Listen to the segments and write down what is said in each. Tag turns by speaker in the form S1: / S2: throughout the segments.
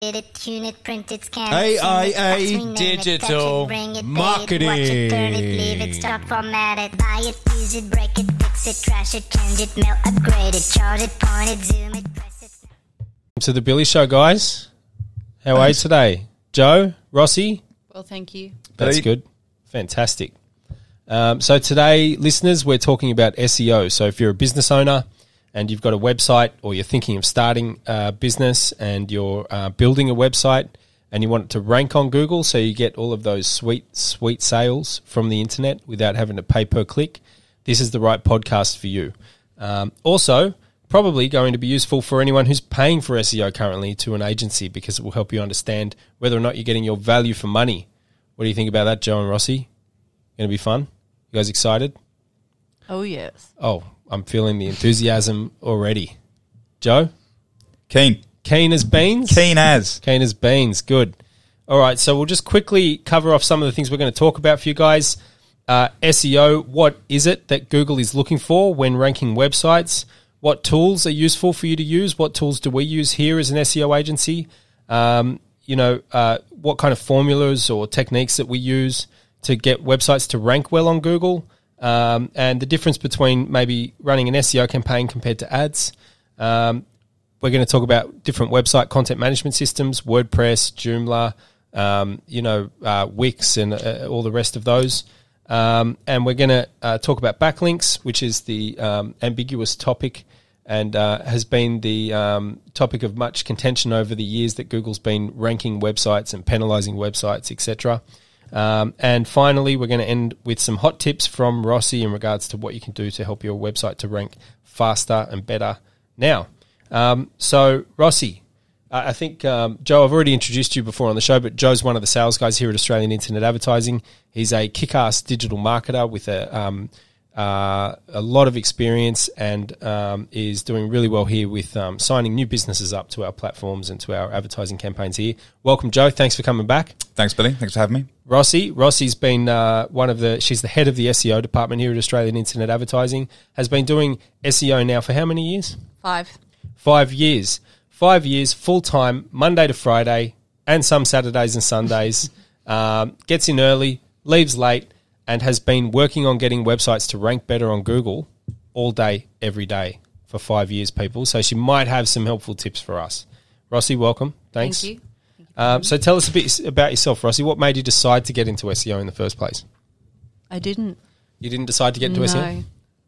S1: Get it, tune it, print it, scan it, send
S2: AIA
S1: it, fax, rename
S2: Digital
S1: it, touch it, bring it, Pay it, watch it, turn it, leave it, stop, format it, buy it, use it, break it, fix it, trash it, change it, mail, upgrade it, chart it, point it, zoom it, press it.
S2: to the Billy Show, guys. How are you today? Joe, Rossi,
S3: Well, thank you.
S2: that's
S4: Hey.
S2: good. Fantastic. Um, so, today, listeners, we're talking about SEO. So, if you're a business owner and you've got a website or you're thinking of starting a business and you're uh, building a website and you want it to rank on Google so you get all of those sweet, sweet sales from the internet without having to pay per click, this is the right podcast for you. Um, also, probably going to be useful for anyone who's paying for SEO currently to an agency because it will help you understand whether or not you're getting your value for money. What do you think about that, Joe and Rossi? Going to be fun? You guys excited?
S3: Oh, yes.
S2: Oh, I'm feeling the enthusiasm already. Joe,
S4: Keen.
S2: keen as beans?
S4: Keen as.
S2: Keen as beans. Good. All right. So we'll just quickly cover off some of the things we're going to talk about for you guys. Uh, SEO. What is it that Google is looking for when ranking websites? What tools are useful for you to use? What tools do we use here as an SEO agency? Um, you know, uh, what kind of formulas or techniques that we use to get websites to rank well on Google? Um, and the difference between maybe running an SEO campaign compared to ads. Um, we're going to talk about different website content management systems, WordPress, Joomla, um, you know, uh, Wix, and uh, all the rest of those. Um, and we're going to uh, talk about backlinks, which is the um, ambiguous topic and uh, has been the um, topic of much contention over the years that Google's been ranking websites and penalizing websites, etc. Um, and finally, we're going to end with some hot tips from Rossi in regards to what you can do to help your website to rank faster and better now. Um, so, Rossi, I I think, um, Joe, I've already introduced you before on the show, but Joe's one of the sales guys here at Australian Internet Advertising. He's a kick ass digital marketer with a, um, uh, a lot of experience and um, is doing really well here with um, signing new businesses up to our platforms and to our advertising campaigns here. Welcome, Joe. Thanks for coming back.
S4: Thanks, Billy. Thanks for having me.
S2: Rossi. Rossi's been uh, one of the. She's the head of the SEO department here at Australian Internet Advertising. Has been doing SEO now for how many years?
S3: Five.
S2: Five years. Five years, full time, Monday to Friday, and some Saturdays and Sundays. um, gets in early, leaves late, and has been working on getting websites to rank better on Google all day, every day for five years, people. So she might have some helpful tips for us. Rossi, welcome. Thanks.
S3: Thank you.
S2: Um, so tell us a bit about yourself, Rossi. What made you decide to get into SEO in the first place?
S3: I didn't.
S2: You didn't decide to get into
S3: no.
S2: SEO.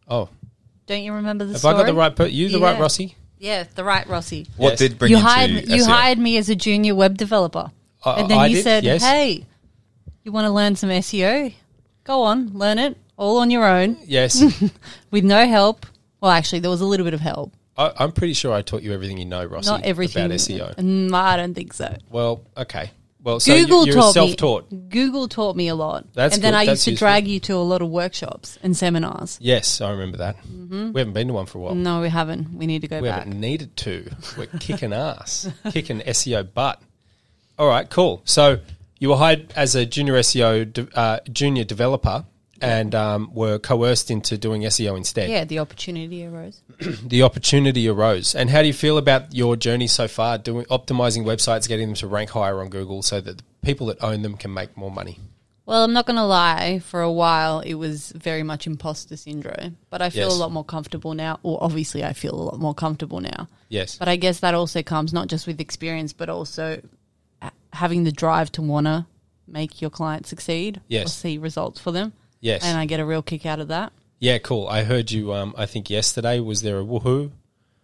S2: Oh,
S3: Don't you remember the
S2: have
S3: story?
S2: I got the right? Per- you the right
S3: Yeah.
S2: Rossi?
S3: Yeah, the right Rossi.
S4: What
S2: Yes.
S4: did bring
S3: you
S4: you
S3: hired
S4: to E
S3: you
S4: SEO?
S3: hired me as a junior web developer.
S2: I-
S3: and then
S2: E Uh, I
S3: you
S2: did,
S3: said,
S2: yes.
S3: "Hey, you want to learn some SEO? Go on, learn it all on your own
S2: Yes,
S3: with no help." Well, actually, there was a little bit of help.
S2: I, I'm pretty sure I taught you everything you know, Rossi.
S3: Not everything
S2: about SEO.
S3: Mm, I don't think so.
S2: Well, okay. Well, so
S3: Google
S2: you, you're
S3: taught
S2: self-taught.
S3: me. Google taught me a lot,
S2: That's
S3: and then
S2: good.
S3: I
S2: That's
S3: used to
S2: useful.
S3: drag you to a lot of workshops and seminars.
S2: Yes, I remember that.
S3: Mm-hmm.
S2: We haven't been to one for a while.
S3: No, we haven't. We need to go
S2: we
S3: back.
S2: haven't needed to. We're kicking ass, kicking SEO butt. All right, cool. So you were hired as a junior SEO de- uh, junior developer and um, were coerced into doing SEO instead.
S3: Yeah, the opportunity arose.
S2: The opportunity arose. And how do you feel about your journey so far? Doing optimizing websites, getting them to rank higher on Google, so that the people that own them can make more money.
S3: Well, I'm not going to lie. For a while, it was very much imposter syndrome, but I feel
S2: Yes.
S3: a lot more comfortable now. Or obviously, I feel a lot more comfortable now.
S2: Yes.
S3: But I guess that also comes not just with experience, but also ha- having the drive to want to make your client succeed or
S2: Yes.
S3: see results for them.
S2: Yes.
S3: And I get a real kick out of that.
S2: yeah, cool. I heard you. Um, I think yesterday was there a woohoo?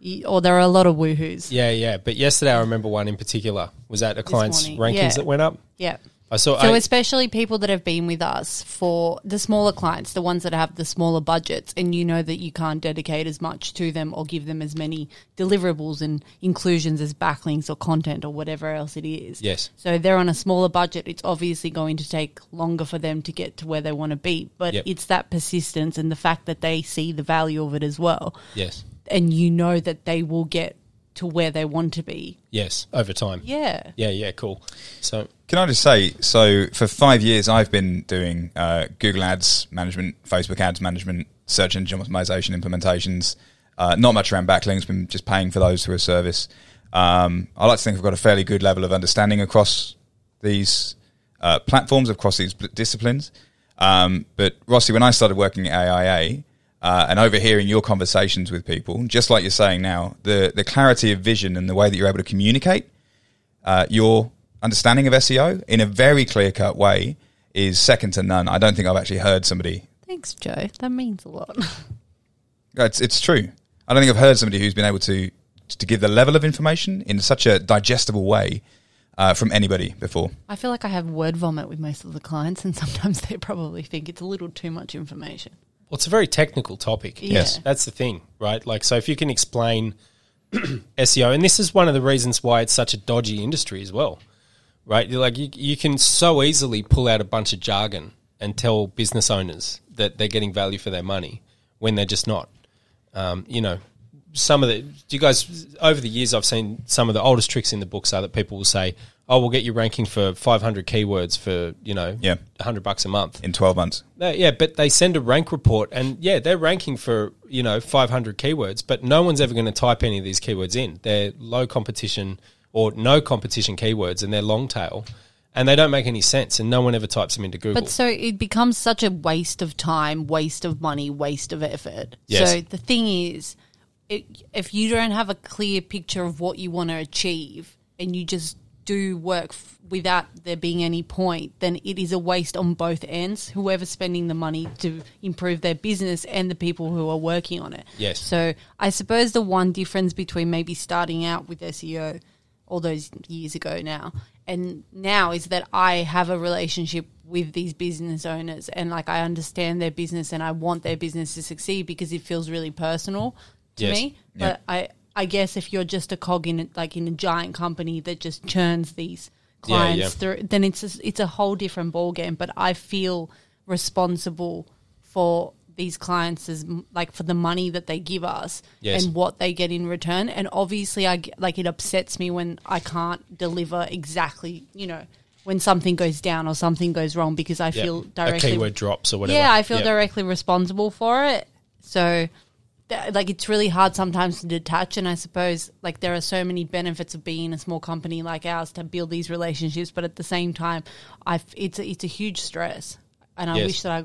S3: Y- Or there are a lot of woohoos.
S2: Yeah, yeah. But yesterday I remember one in particular was that a client's rankings
S3: morning. Yeah.
S2: that went up.
S3: Yeah.
S2: I saw.
S3: So
S2: I,
S3: especially people that have been with us for the smaller clients, the ones that have the smaller budgets, and you know that you can't dedicate as much to them or give them as many deliverables and inclusions as backlinks or content or whatever else it is.
S2: Yes.
S3: So they're on a smaller budget. It's obviously going to take longer for them to get to where they want to be, but
S2: Yep.
S3: it's that persistence and the fact that they see the value of it as well,
S2: yes,
S3: and you know that they will get to where they want to be.
S2: yes. Over time.
S3: Yeah.
S2: Yeah, yeah. Cool. So
S4: Can I just say, so for five years, I've been doing uh, Google Ads management, Facebook Ads management, search engine optimization implementations. Uh, not much around backlinks, been just paying for those through a service. Um, I like to think I've got a fairly good level of understanding across these uh, platforms, across these bl- disciplines. Um, but Rossi, when I started working at AIA uh, and overhearing your conversations with people, just like you're saying now, the the clarity of vision and the way that you're able to communicate uh, your understanding of SEO in a very clear cut way is second to none. I don't think I've actually heard somebody
S3: Thanks, Joe. That means a lot.
S4: it's, it's true. I don't think I've heard somebody who's been able to to give the level of information in such a digestible way uh, from anybody before.
S3: I feel like I have word vomit with most of the clients, and sometimes they probably think it's a little too much information.
S2: Well, it's a very technical topic.
S3: Yes. Yeah.
S2: That's the thing, right? Like, so if you can explain SEO, and this is one of the reasons why it's such a dodgy industry as well, right? You're like, you, you can so easily pull out a bunch of jargon and tell business owners that they're getting value for their money when they're just not. Um, you know, some of the, do you guys, over the years, I've seen some of the oldest tricks in the books are that people will say, oh, we'll get you ranking for 500 keywords for, you know,
S4: Yeah.
S2: 100 bucks a month.
S4: In twelve months,
S2: No, yeah, but they send a rank report, and yeah, they're ranking for you know 500 keywords, but no one's ever going to type any of these keywords in. They're low competition or no competition keywords, and they're long tail, and they don't make any sense, and no one ever types them into Google.
S3: But so it becomes such a waste of time, waste of money, waste of effort.
S2: Yes.
S3: So the thing is, it, if you don't have a clear picture of what you want to achieve and you just do work f- without there being any point, then it is a waste on both ends, whoever's spending the money to improve their business and the people who are working on it.
S2: Yes.
S3: So I suppose the one difference between maybe starting out with SEO all those years ago now and now is that I have a relationship with these business owners and like I understand their business and I want their business to succeed because it feels really personal to
S2: Yes.
S3: me. But I I guess if you're just a cog in like in a giant company that just churns these
S2: Yeah,
S3: clients
S2: yeah.
S3: through, then it's a, it's a whole different ball game. But I feel responsible for these clients as m- like for the money that they give us
S2: Yes.
S3: and what they get in return. And obviously, I get- like it upsets me when I can't deliver exactly. You know, when something goes down or something goes wrong because I
S2: Yeah.
S3: feel
S2: a
S3: directly
S2: keyword drops or whatever.
S3: yeah, I feel
S2: Yeah.
S3: directly responsible for it. So, th- like, it's really hard sometimes to detach. And I suppose, like, there are so many benefits of being a small company like ours to build these relationships. But at the same time, I f- it's, a, it's a huge stress. And I
S2: Yes. Mm.
S3: wish that I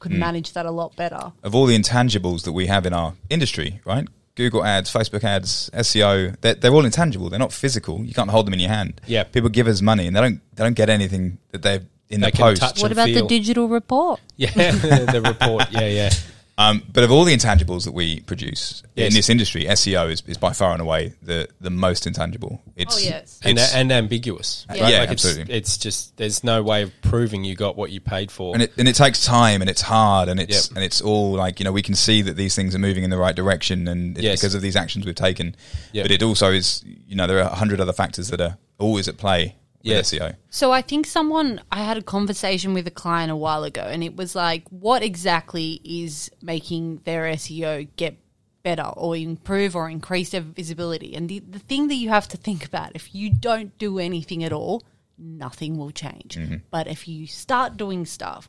S3: could manage that a lot better.
S4: of all the intangibles that we have in our industry, right? Google ads, Facebook ads, SEO, they're, they're all intangible. They're not physical. You can't hold them in your hand.
S2: Yeah.
S4: people give us money and they don't they don't get anything that they've in
S2: They
S4: the
S2: can
S4: post.
S2: touch and
S3: What about
S2: feel.
S3: the digital report?
S2: yeah the report yeah yeah
S4: Um, but of all the intangibles that we produce
S2: Yes.
S4: in this industry, SEO is, is by far and away the, the most intangible. It's,
S3: Oh, yes.
S2: and
S4: it's-
S2: and ambiguous
S4: Yeah.
S2: right?
S4: Yeah,
S2: like it's,
S4: absolutely.
S2: it's just there's no way of proving you got what you paid for
S4: and it and it takes time and it's hard and it's
S2: Yep.
S4: and it's all like you know we can see that these things are moving in the right direction and it's
S2: Yes.
S4: because of these actions we've taken
S2: Yep.
S4: but it also is you know there are a hundred other factors that are always at play with E
S2: Yeah.
S4: SEO
S3: So I think someone I had a conversation with a client a while ago and it was like what exactly is making their SEO get better or improve or increase their visibility and the, the thing that you have to think about if you don't do anything at all nothing will change but if you start doing stuff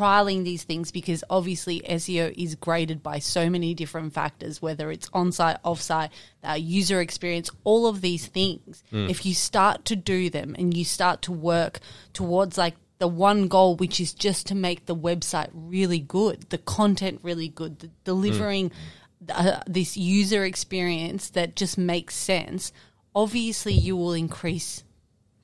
S3: trialing these things because obviously SEO is graded by so many different factors whether it's on-site off-site uh, user experience all of these things if you start to do them and you start to work towards like the one goal, which is just to make the website really good, the content really good, the delivering uh, this user experience that just makes sense, obviously you will increase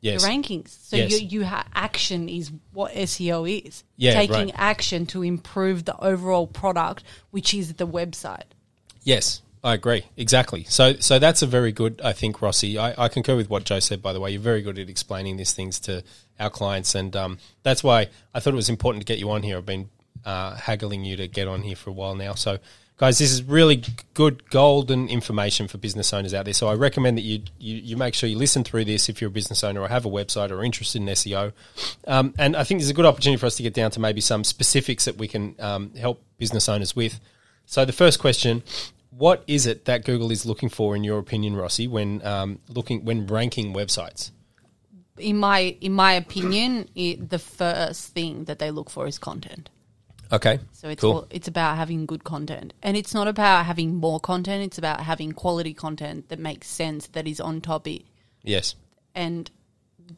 S2: yes
S3: the rankings. So
S2: Yes.
S3: you, you ha- action is what SEO is.
S2: Yeah,
S3: Taking
S2: right.
S3: action to improve the overall product, which is the website.
S2: Yes, I agree. Exactly. So so that's a very good, I think, Rossi. I, I concur with what Joe said, by the way. You're very good at explaining these things to our clients. And um, that's why I thought it was important to get you on here. I've been uh, haggling you to get on here for a while now. So, guys, this is really g- good, golden information for business owners out there. So I recommend that you, you, you make sure you listen through this if you're a business owner or have a website or are interested in SEO. Um, and I think there's a good opportunity for us to get down to maybe some specifics that we can um, help business owners with. So the first question: What is it that Google is looking for, in your opinion, Rossi, when um, looking when ranking websites?
S3: In my in my opinion, it, the first thing that they look for is content.
S2: Okay.
S3: So it's
S2: cool.
S3: all, it's about having good content, and it's not about having more content. It's about having quality content that makes sense, that is on topic,
S2: yes.
S3: and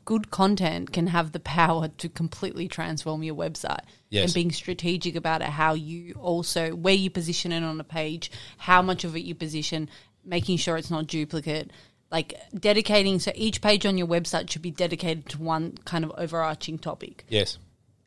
S3: good content can have the power to completely transform your website.
S2: Yes.
S3: And being strategic about it, how you also where you position it on a page, how much of it you position, making sure it's not duplicate. Like dedicating, so each page on your website should be dedicated to one kind of overarching topic
S2: Yes.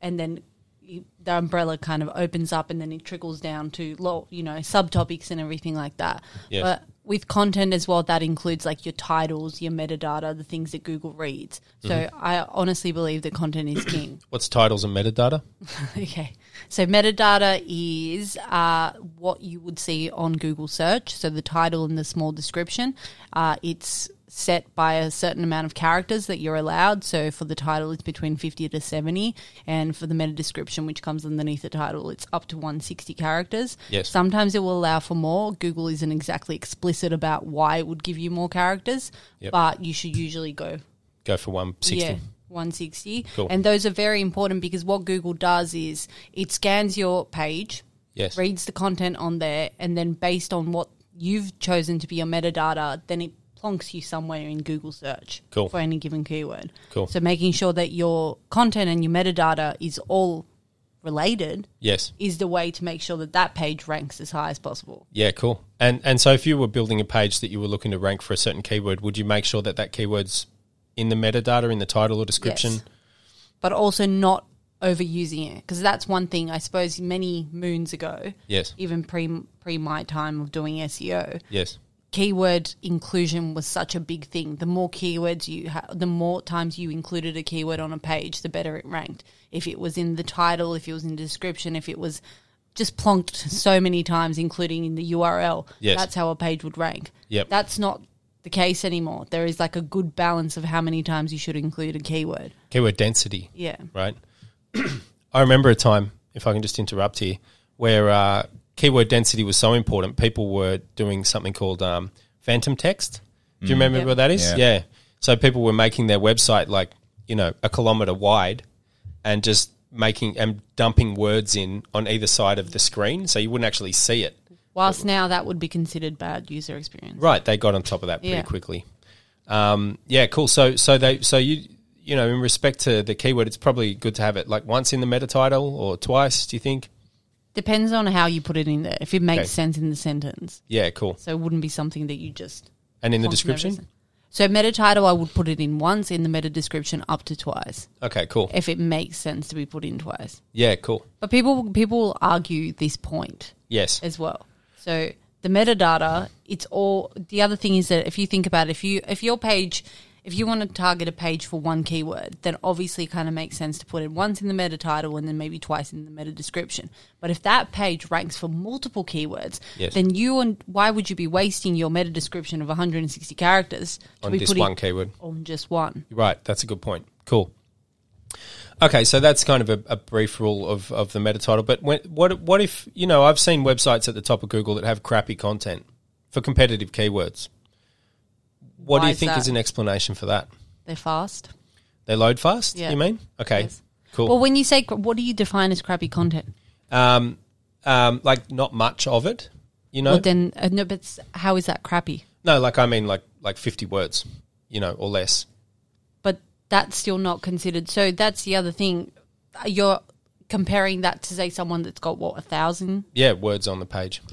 S3: and then you- the umbrella kind of opens up and then it trickles down to lo- you know subtopics and everything like that
S2: Yes.
S3: but with content as well that includes like your titles your metadata the things that google reads so i honestly believe that content is king
S2: What's titles and metadata?
S3: okay so metadata is uh, what you would see on google search so the title and the small description uh, it's set by a certain amount of characters that you're allowed so for the title it's between 50 to 70 and for the meta description which comes underneath the title it's up to 160 characters
S2: Yes.
S3: sometimes it will allow for more google isn't exactly explicit about why it would give you more characters
S2: Yep.
S3: but you should usually go
S2: Go for 160.
S3: yeah, 160.
S2: Cool.
S3: And those are very important because what Google does is it scans your page,
S2: Yes.
S3: reads the content on there, and then based on what you've chosen to be your metadata, then it plonks you somewhere in Google search
S2: Cool.
S3: for any given keyword.
S2: Cool.
S3: So making sure that your content and your metadata is all related
S2: Yes.
S3: is the way to make sure that that page ranks as high as possible.
S2: Yeah, cool. And and so if you were building a page that you were looking to rank for a certain keyword, would you make sure that that keyword's in the metadata, in the title or description?
S3: Yes. But also not overusing it because that's one thing I suppose many moons ago
S2: Yes.
S3: even pre pre my time of doing SEO,
S2: Yes.
S3: keyword inclusion was such a big thing. The more keywords you ha- the more times you included a keyword on a page, the better it ranked. If it was in the title, if it was in the description, if it was just plonked so many times, including in the URL,
S2: Yes.
S3: that's how a page would rank.
S2: Yep.
S3: That's not the case anymore. There is like a good balance of how many times you should include a keyword.
S2: Keyword density.
S3: Yeah.
S2: right? I remember a time, if I can just interrupt here, where uh, keyword density was so important, people were doing something called um, phantom text. Do you remember
S3: Yep.
S2: what that is?
S4: Yeah.
S2: yeah. So people were making their website like, you know, a kilometer wide and just making and dumping words in on either side of the screen so you wouldn't actually see it.
S3: Whilst now that would be considered bad user experience.
S2: Right, they got on top of that pretty
S3: Yeah.
S2: quickly. Um, yeah, cool. So so they so you you know in respect to the keyword, it's probably good to have it like once in the meta title or twice. Do you think?
S3: Depends on how you put it in there. If it makes
S2: Okay.
S3: sense in the sentence.
S2: Yeah, cool.
S3: So it wouldn't be something that you just
S2: And in the
S3: plonk
S2: description.
S3: everything. So meta title, I would put it in once in the meta description up to twice
S2: Okay, cool.
S3: if it makes sense to be put in twice.
S2: Yeah, cool.
S3: But people people argue this point
S2: Yes.
S3: as well. So the metadata, it's all the other thing is that if you think about it, if you if your page if you want to target a page for one keyword, then obviously it kind of makes sense to put it once in the meta title and then maybe twice in the meta description. But if that page ranks for multiple keywords,
S2: Yes.
S3: then you and why would you be wasting your meta description of 160 characters to
S2: On
S3: be
S2: this
S3: putting-
S2: one keyword.
S3: on just one?
S2: Right, that's a good point. Cool. Okay, so that's kind of a, a brief rule of, of the meta title. But when, what what if you know I've seen websites at the top of Google that have crappy content for competitive keywords. What do
S3: Why
S2: you
S3: is
S2: think
S3: that?
S2: is an explanation for that?
S3: They're fast.
S2: They load fast.
S3: Yeah.
S2: You mean? Okay.
S3: Yes.
S2: Cool.
S3: Well, when you say cra- what do you define as crappy content?
S2: um, um, like not much of it. You know.
S3: Well, then uh, no, but s- how is that crappy?
S2: no, like I mean, like like fifty words. You know, or less.
S3: but that's still not considered. So that's the other thing. You're comparing that to say someone that's got what a thousand,
S2: Yeah, words on the page.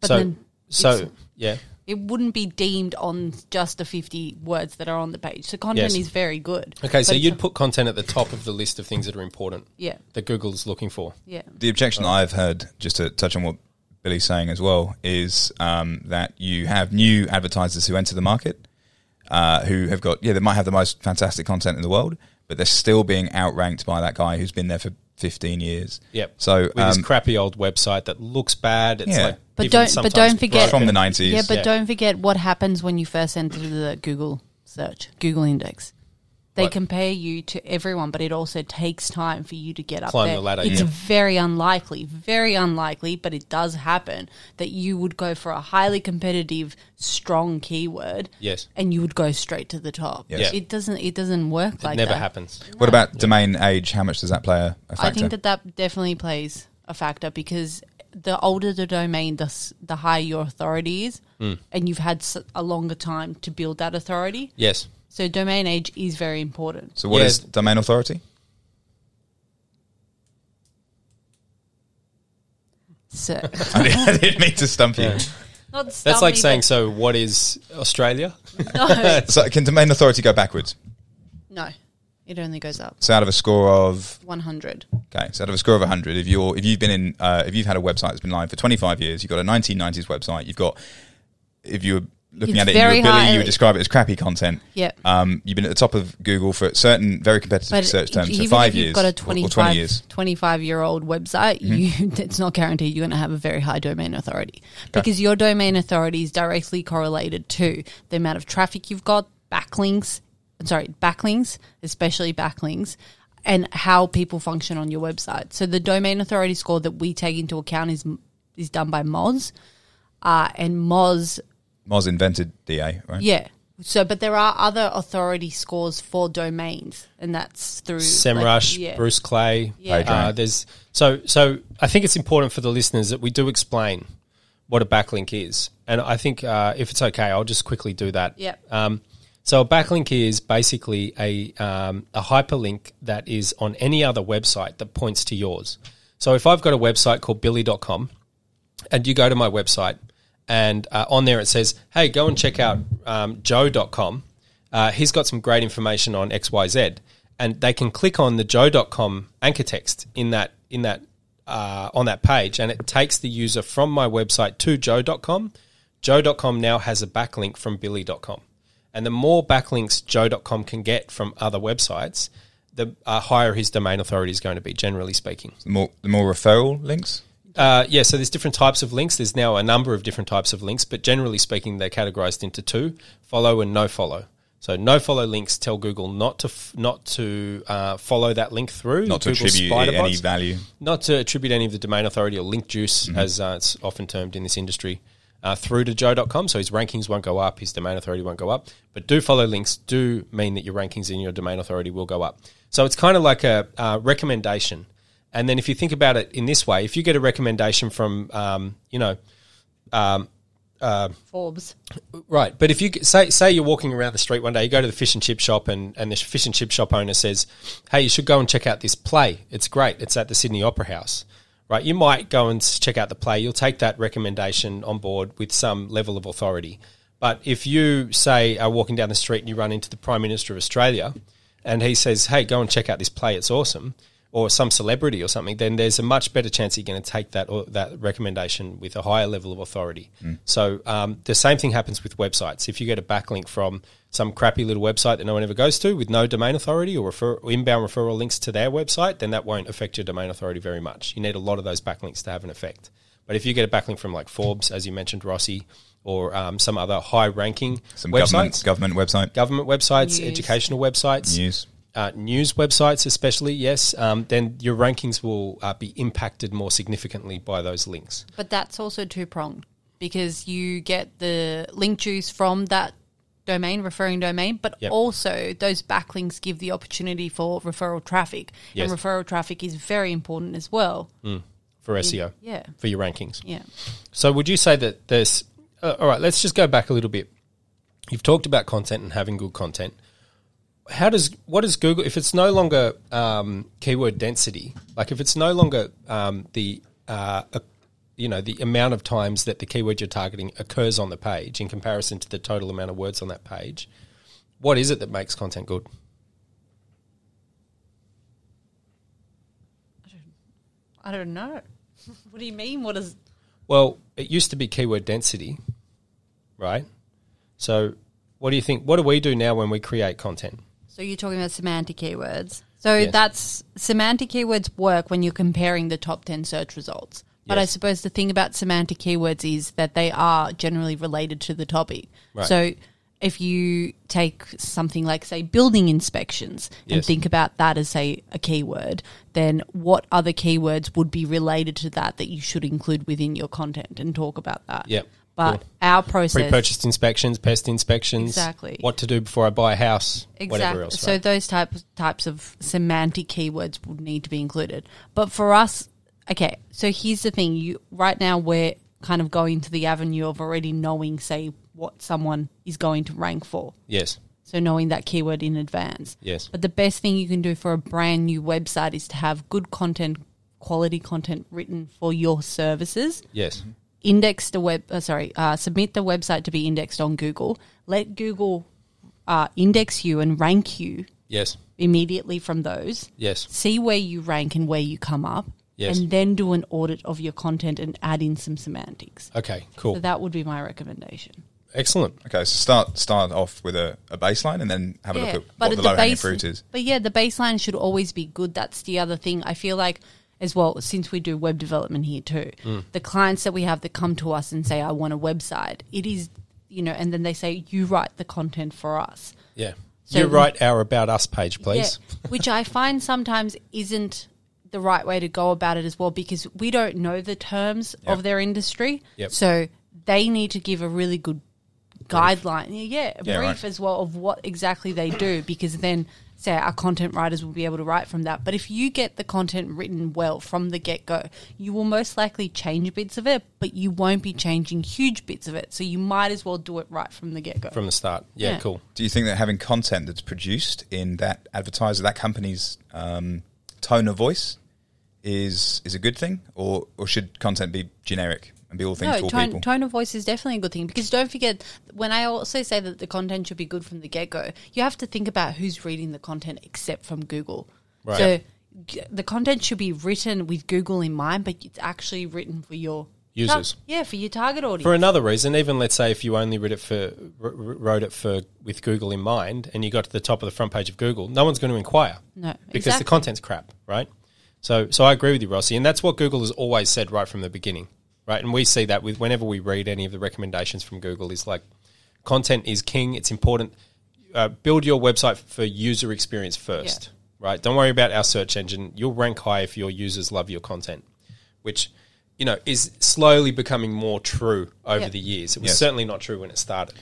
S3: but
S2: so
S3: then
S2: so
S3: it's-
S2: yeah,
S3: it wouldn't be deemed on just the fifty words that are on the page. So content
S2: Yes.
S3: is very good.
S2: Okay, so
S3: But it's
S2: you'd
S3: a-
S2: put content at the top of the list of things that are important
S3: yeah,
S2: that Google's looking for.
S3: yeah,
S4: The objection I've heard, just to touch on what Billy's saying as well, is um, that you have new advertisers who enter the market uh, who have got, yeah, they might have the most fantastic content in the world, but they're still being outranked by that guy who's been there for 15 years.
S2: Yep.
S4: So,
S2: with this
S4: um,
S2: crappy old website that looks bad. It's
S4: Yeah.
S2: like
S3: But
S2: even
S3: don't- but
S2: sometimes
S3: don't forget-
S4: from
S2: broken.
S4: the 90s.
S3: yeah. But
S2: Yeah.
S3: don't forget what happens when you first enter the Google search, Google index. They
S4: Right.
S3: compare you to everyone, but it also takes time for you to get up
S2: Climb
S3: there.
S2: the ladder,
S3: It's
S2: yeah.
S3: very unlikely, very unlikely, but it does happen that you would go for a highly competitive, strong keyword,
S2: Yes.
S3: and you would go straight to the top.
S4: Yes.
S2: Yeah.
S3: It doesn't. It doesn't work like
S2: it never
S3: that.
S2: happens.
S4: What about domain age? How much does that play a, a factor?
S3: I think that that definitely plays a factor because the older the domain, the, s- the higher your authority is,
S2: Hmm.
S3: and you've had s- a longer time to build that authority.
S2: Yes.
S3: So domain age is very important.
S4: so what
S2: Yeah.
S4: is domain authority?
S3: So
S4: I didn't, I didn't mean to stump you.
S2: Yeah.
S3: not
S2: That's
S3: stop
S2: like
S3: me,
S2: saying, so what is Australia?
S3: but- no,
S4: So can domain authority go backwards?
S3: no, it only goes up
S4: So out of a score of
S3: one hundred.
S4: okay, so out of a score of hundred, if you're if you've been in uh, if you've had a website that's been live for 25 years, you've got a 1990s website, you've got if you were looking
S3: It's
S4: at it, and
S3: very
S4: you were Billy,
S3: high-
S4: you would describe it as crappy content.
S3: Yep.
S4: Um, you've been at the top of Google for certain very competitive
S3: But
S4: search terms
S3: even
S4: for five
S3: if you've
S4: years
S3: got a
S4: or- or
S3: 25,
S4: 20 years. Mm-hmm.
S3: 25 year old website, you, it's not guaranteed you're going to have a very high domain authority because your domain authority is directly correlated to the amount of traffic you've got, backlinks, I'm sorry, backlinks, especially backlinks, and how people function on your website. So the domain authority score that we take into account is is done by Moz, uh, and Moz
S4: Moz invented DA, right?
S3: yeah. So, but there are other authority scores for domains, and that's through
S2: Semrush,
S3: like, yeah.
S2: Bruce Clay.
S3: Yeah.
S4: Page
S2: Uh,
S4: rank.
S2: there's so so. I think it's important for the listeners that we do explain what a backlink is, and I think uh, if it's okay, I'll just quickly do that.
S3: Yep.
S2: Um, so a backlink is basically a um, a hyperlink that is on any other website that points to yours. So if I've got a website called Billy.com, and you go to my website, and uh, on there it says, hey, go and check out um, joe.com. Uh, he's got some great information on XYZ. And they can click on the joe.com anchor text in that, in that, uh, on that page, and it takes the user from my website to joe.com. Joe.com now has a backlink from billy.com. And the more backlinks joe.com can get from other websites, the uh, higher his domain authority is going to be, generally speaking.
S4: The more the more referral links.
S2: Uh, yeah, so there's different types of links. There's now a number of different types of links, but generally speaking, they're categorized into two: follow and no follow. So no follow links tell Google not to f- not to uh, follow that link through,
S4: Not to
S2: Google
S4: attribute
S2: spider
S4: any
S2: bots.
S4: value.
S2: not to attribute any of the domain authority or link juice, as uh, it's often termed in this industry, uh, through to Joe.com. So his rankings won't go up, his domain authority won't go up. But do follow links do mean that your rankings and your domain authority will go up. So it's kind of like a uh, recommendation. And then if you think about it in this way, if you get a recommendation from, um, you know,
S3: Forbes.
S2: Right, but if you say say you're walking around the street one day, you go to the fish and chip shop, and and the fish and chip shop owner says, "Hey, you should go and check out this play. It's great. It's at the Sydney Opera House." Right, you might go and s- check out the play. You'll take that recommendation on board with some level of authority. But if you say are walking down the street and you run into the Prime Minister of Australia, and he says, "Hey, go and check out this play. It's awesome," or some celebrity or something, then there's a much better chance you're going to take that or that recommendation with a higher level of authority.
S4: Hmm.
S2: So um, the same thing happens with websites. If you get a backlink from some crappy little website that no one ever goes to with no domain authority or, refer- or inbound referral links to their website, then that won't affect your domain authority very much. You need a lot of those backlinks to have an effect. But if you get a backlink from like Forbes, as you mentioned, Rossi, or um, some other high-ranking
S4: Some
S2: websites,
S4: government government website
S2: government, websites,
S3: News.
S2: educational websites,
S4: news.
S2: uh, news websites, especially, yes, um, then your rankings will uh, be impacted more significantly by those links.
S3: But that's also two pronged because you get the link juice from that domain, referring domain, but
S2: Yep.
S3: also those backlinks give the opportunity for referral traffic.
S2: Yes. Mm.
S3: And referral traffic is very important as well.
S2: For SEO,
S3: Yeah.
S2: for your rankings.
S3: Yeah.
S2: So, would you say that there's uh, all right? Let's just go back a little bit. You've talked about content and having good content. How does what does Google if it's no longer um, keyword density? Like if it's no longer um, the uh, uh, you know the amount of times that the keyword you're targeting occurs on the page in comparison to the total amount of words on that page, what is it that makes content good?
S3: I don't know. what do you mean? What is.
S2: Well, it used to be keyword density, right? So, what do you think? What do we do now when we create content?
S3: So you're talking about semantic keywords. So
S2: Yes.
S3: that's semantic keywords work when you're comparing the top 10 search results. But I
S2: Yes.
S3: suppose the thing about semantic keywords is that they are generally related to the topic.
S2: Right.
S3: So if you take something like say building inspections and
S2: Yes.
S3: think about that as say a keyword then what other keywords would be related to that that you should include within your content and talk about that
S2: Yep.
S3: but
S2: Cool.
S3: our process
S2: Pre-purchased inspections, pest inspections,
S3: Exactly.
S2: What to do before I buy a house, whatever else.
S3: So
S2: right?
S3: those types types of semantic keywords would need to be included. But for us, okay. So here's the thing: you right now we're kind of going to the avenue of already knowing, say, what someone is going to rank for.
S2: yes,
S3: So knowing that keyword in advance.
S2: Yes.
S3: But the best thing you can do for a brand new website is to have good content, quality content written for your services
S2: yes,
S3: index the web uh, sorry uh, submit the website to be indexed on google let google uh, index you and rank you
S2: yes,
S3: immediately from those
S2: yes,
S3: see where you rank and where you come up
S2: Yes.
S3: and then do an audit of your content and add in some semantics
S2: okay, cool,
S3: so that would be my recommendation
S2: excellent.
S4: Okay, so start start off with a, a baseline and then have a look at what the low hanging
S3: base-
S4: fruit is.
S3: But yeah, the baseline should always be good. That's the other thing. I feel like as well, since we do web development here too,
S4: Mm.
S3: the clients that we have that come to us and say, I want a website, it is, you know, and then they say, you write the content for us.
S2: Yeah,
S3: So-
S2: you write our about us page, please.
S3: Yeah, which I find sometimes isn't the right way to go about it as well because we don't know the terms of their industry.
S2: Yep.
S3: So they need to give a really good guideline. Yeah, yeah, brief
S4: Yeah, right.
S3: as well of what exactly they do because then say our content writers will be able to write from that. But if you get the content written well from the get-go, you will most likely change bits of it, but you won't be changing huge bits of it. So you might as well do it right from the get-go.
S2: From the start, yeah,
S3: Yeah.
S2: cool.
S4: Do you think that having content that's produced in that advertiser, that company's um, tone of voice, is is a good thing, or or should content be generic and be all things to all
S3: tone,
S4: people?
S3: tone of voice is definitely a good thing because don't forget when I also say that the content should be good from the get go, you have to think about who's reading the content except from Google.
S2: Right.
S3: So g- the content should be written with Google in mind, but it's actually written for your
S2: Users.
S3: yeah, for your target audience.
S2: For another reason, even let's say if you only read it for r- r- wrote it for with Google in mind, and you got to the top of the front page of Google, no one's going to inquire.
S3: No,
S2: because
S3: exactly.
S2: the content's crap, right? So, so I agree with you, Rossi, and that's what Google has always said right from the beginning, right? And we see that with whenever we read any of the recommendations from Google, is like content is king. It's important. Uh, build your website for user experience first, right? Don't worry about our search engine. You'll rank high if your users love your content, which you know is slowly becoming more true over
S3: Yeah.
S2: the years. It was
S4: Yes.
S2: certainly not true when it started.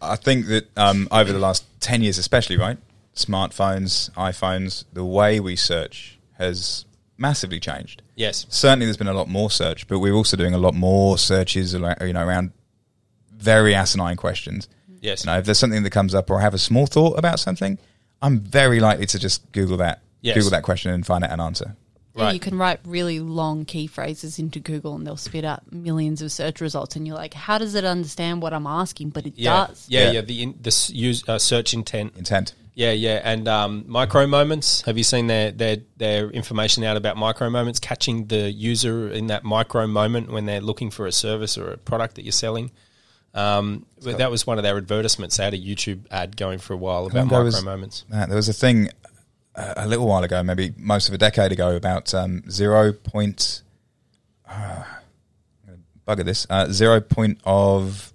S4: I think that um, over the last ten years, especially, right, smartphones, iPhones, the way we search has massively changed.
S2: Yes.
S4: certainly there's been a lot more search, but we're also doing a lot more searches, like, you know, around very asinine questions.
S2: Yes.
S4: You know, if there's something that comes up or I have a small thought about something, I'm very likely to just Google that,
S2: Yes.
S4: Google that question and find out an answer.
S3: Yeah,
S2: Right.
S3: You can write really long key phrases into Google and they'll spit out millions of search results, and you're like, how does it understand what I'm asking? But it
S2: Yeah.
S3: does.
S2: Yeah.
S4: Yeah.
S2: Yeah. The in, the s- use, uh, search intent
S4: Intent.
S2: Yeah, yeah, and um, micro moments. Have you seen their their their information out about micro moments, catching the user in that micro moment when they're looking for a service or a product that you're selling? Um, but that was one of their advertisements. They had a YouTube ad going for a while about
S4: remember I
S2: micro
S4: was-
S2: moments.
S4: Uh, there was a thing uh, a little while ago, maybe most of a decade ago, about um, zero point. Uh, I'm gonna bugger this uh, zero point of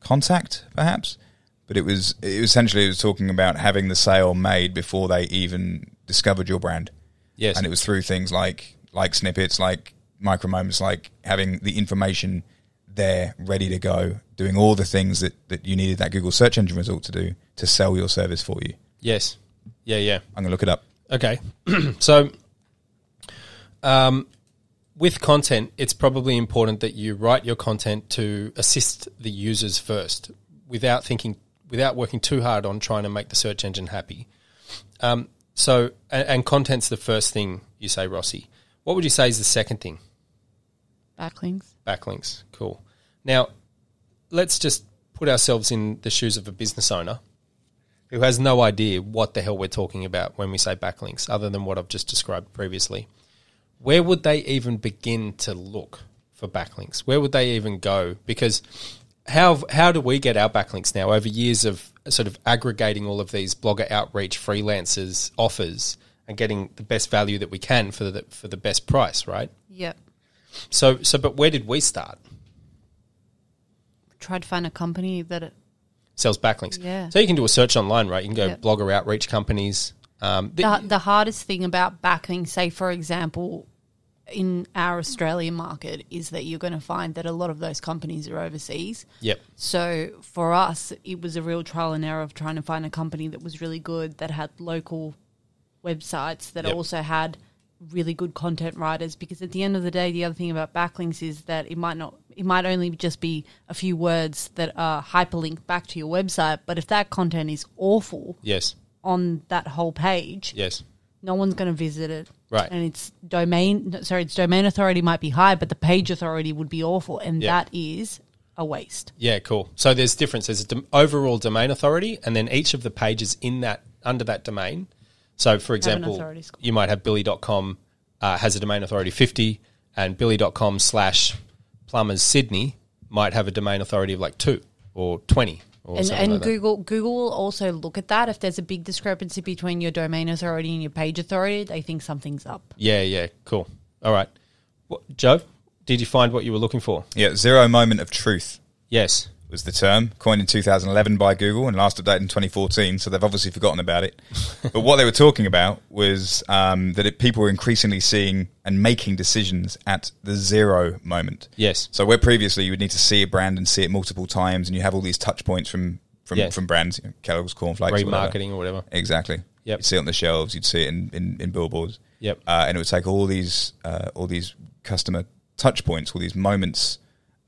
S4: contact, perhaps. But it was it was essentially it was talking about having the sale made before they even discovered your brand,
S2: Yes,
S4: and it was through things like like snippets, like micro moments, like having the information there ready to go, doing all the things that, that you needed that Google search engine result to do to sell your service for you.
S2: yes, yeah, yeah.
S4: I'm gonna look it up.
S2: Okay. so, um, with content, it's probably important that you write your content to assist the users first, without thinking, without working too hard on trying to make the search engine happy. Um, so, and, and content's the first thing you say, Rossi. What would you say is the second thing?
S3: Backlinks.
S2: Backlinks. Cool. Now, let's just put ourselves in the shoes of a business owner who has no idea what the hell we're talking about when we say backlinks, other than what I've just described previously. Where would they even begin to look for backlinks? Where would they even go? Because how how do we get our backlinks now? Over years of sort of aggregating all of these blogger outreach freelancers offers and getting the best value that we can for the for the best price, right?
S3: Yep.
S2: So so but where did we start?
S3: Try to find a company that
S2: sells backlinks.
S3: Yeah.
S2: So you can do a search online, right? You can go
S3: Yeah.
S2: blogger outreach companies. Um, the-
S3: The, the hardest thing about backing, say, for example, in our Australian market, is that you're going to find that a lot of those companies are overseas.
S2: yep.
S3: So for us, it was a real trial and error of trying to find a company that was really good, that had local websites, that
S2: Yep.
S3: also had really good content writers. Because at the end of the day, the other thing about backlinks is that it might not, it might only just be a few words that are hyperlinked back to your website. But if that content is awful
S2: Yes.
S3: on that whole page,
S2: Yes.
S3: no one's going to visit it.
S2: Right.
S3: And its domain, no, sorry, its domain authority might be high, but the page authority would be awful. And
S2: Yeah.
S3: that is a waste.
S2: Yeah, cool. So there's difference. There's a dom- overall domain authority, and then each of the pages in that under that domain. So, for example,
S3: authority score.
S2: you might have Billy.com uh, has a domain authority 50, and Billy.com slash Plumbers Sydney might have a domain authority of like two or 20 or
S3: and,
S2: something
S3: and
S2: like that.
S3: Google Google will also look at that if there's a big discrepancy between your domain authority and your page authority. They think something's up.
S2: Yeah, yeah, cool. All right. What, Joe, did you find what you were looking for?
S4: Yeah, zero moment of truth
S2: Yes.
S4: was the term coined in 2011 by Google and last updated in 2014. So they've obviously forgotten about it. but what they were talking about was um, that it, people were increasingly seeing and making decisions at the zero moment.
S2: Yes.
S4: So where previously you would need to see a brand and see it multiple times, and you have all these touch points from from
S2: Yes.
S4: from brands, you know, Kellogg's cornflakes, or whatever.
S2: Remarketing or whatever.
S4: Exactly.
S2: Yep.
S4: You'd see it on the shelves. You'd see it in, in, in billboards.
S2: Yep.
S4: Uh, and it would take all these uh, all these customer touch points, all these moments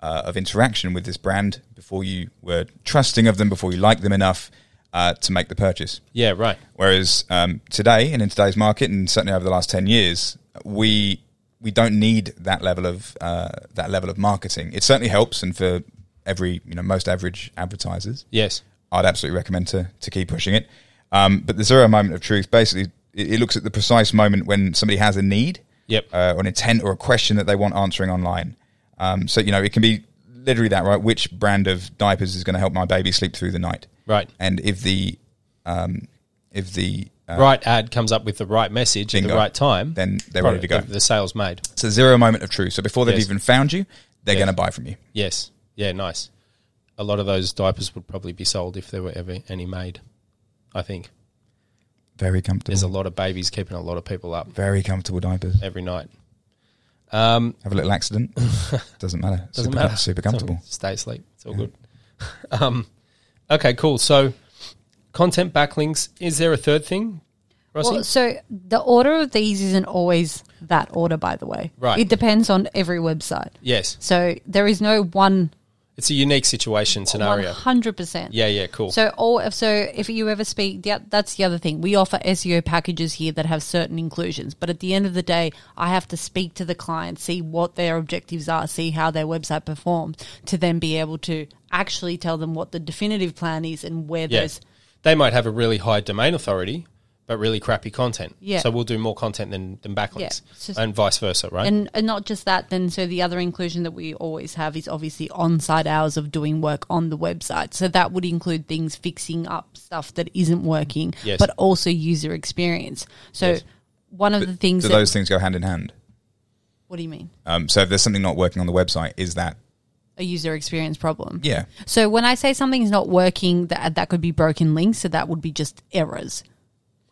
S4: uh, of interaction with this brand before you were trusting of them, before you liked them enough uh, to make the purchase.
S2: Yeah, right.
S4: Whereas um, today and in today's market, and certainly over the last ten years, we we don't need that level of uh, that level of marketing. It certainly helps, and for every you know most average advertisers,
S2: Yes.
S4: I'd absolutely recommend to, to keep pushing it. Um, but the zero moment of truth basically it, it looks at the precise moment when somebody has a need,
S2: Yep.
S4: uh, or an intent, or a question that they want answering online. Um, so you know it can be literally that, right? Which brand of diapers is going to help my baby sleep through the night?
S2: Right.
S4: And if the um, if the uh,
S2: right ad comes up with the right message at
S4: Bingo.
S2: the right time.
S4: Then they're ready to go.
S2: The, the sale's made.
S4: it's a zero moment of truth. So before they've
S2: Yes.
S4: even found you, they're
S2: Yes.
S4: going to buy from you.
S2: Yes. Yeah, nice. A lot of those diapers would probably be sold if there were ever any made. I think
S4: Very comfortable.
S2: there's a lot of babies keeping a lot of people up
S4: very comfortable diapers.
S2: every night.
S4: Have a little accident. Doesn't matter.
S2: Doesn't
S4: super,
S2: matter.
S4: Super
S2: It's all-
S4: comfortable.
S2: Stay asleep. It's all good. um, okay, cool. So, content backlinks. Is there a third thing, Rossi?
S3: Well, so the order of these isn't always that order, by the way.
S2: Right.
S3: It depends on every website.
S2: yes,
S3: So there is no one
S2: it's a unique situation scenario.
S3: one hundred percent.
S2: Yeah, yeah, cool.
S3: So all so if you ever speak, yeah, that's the other thing. We offer SEO packages here that have certain inclusions, but at the end of the day, I have to speak to the client, see what their objectives are, see how their website performs, to then be able to actually tell them what the definitive plan is and where
S2: Yeah.
S3: those.
S2: They might have a really high domain authority, but really crappy content.
S3: Yeah.
S2: So we'll do more content than, than backlinks
S3: Yeah, it's just-
S2: and vice versa, right?
S3: And, and not just that, then so the other inclusion that we always have is obviously on-site hours of doing work on the website. So that would include things fixing up stuff that isn't working,
S2: Yes.
S3: but also user experience. So
S2: Yes.
S3: one of the things
S4: Do
S3: that,
S4: those things go hand in hand?
S3: what do you mean?
S4: Um, so if there's something not working on the website, is that
S3: a user experience problem.
S4: yeah?
S3: So when I say something's not working, that that could be broken links. So that would be just errors.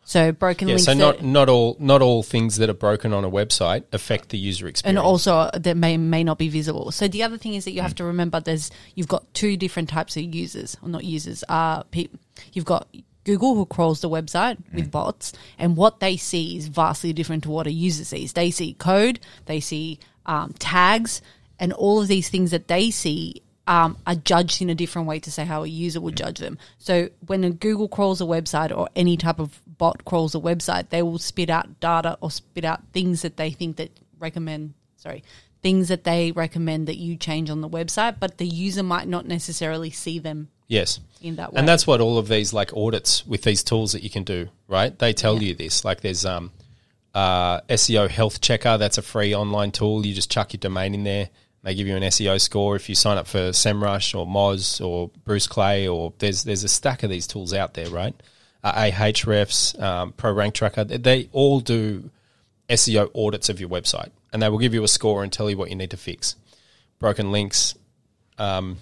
S3: So broken
S2: yeah,
S3: links.
S2: so
S3: that-
S2: not not all not all things that are broken on a website affect the user experience.
S3: and also uh, that may may not be visible. So the other thing is that you have to remember there's you've got two different types of users, or not users. Uh, pe- you've got Google who crawls the website
S2: Mm.
S3: with bots, and what they see is vastly different to what a user sees. They see code, they see um, tags, and all of these things that they see. Um, are judged in a different way to say how a user
S2: Mm.
S3: would judge them. So when a Google crawls a website or any type of bot crawls a website, they will spit out data or spit out things that they think that recommend sorry things that they recommend that you change on the website but the user might not necessarily see them
S2: yes,
S3: in that way
S2: and that's what all of these like audits with these tools that you can do, right? They tell you this. Like there's um, uh, SEO Health Checker. That's a free online tool. You just chuck your domain in there. They give you an SEO score if you sign up for SEMrush or Moz or Bruce Clay or there's there's a stack of these tools out there, right? Uh, Ahrefs, um, Pro Rank Tracker. They, they all do SEO E audits of your website, and they will give you a score and tell you what you need to fix. Broken links, um,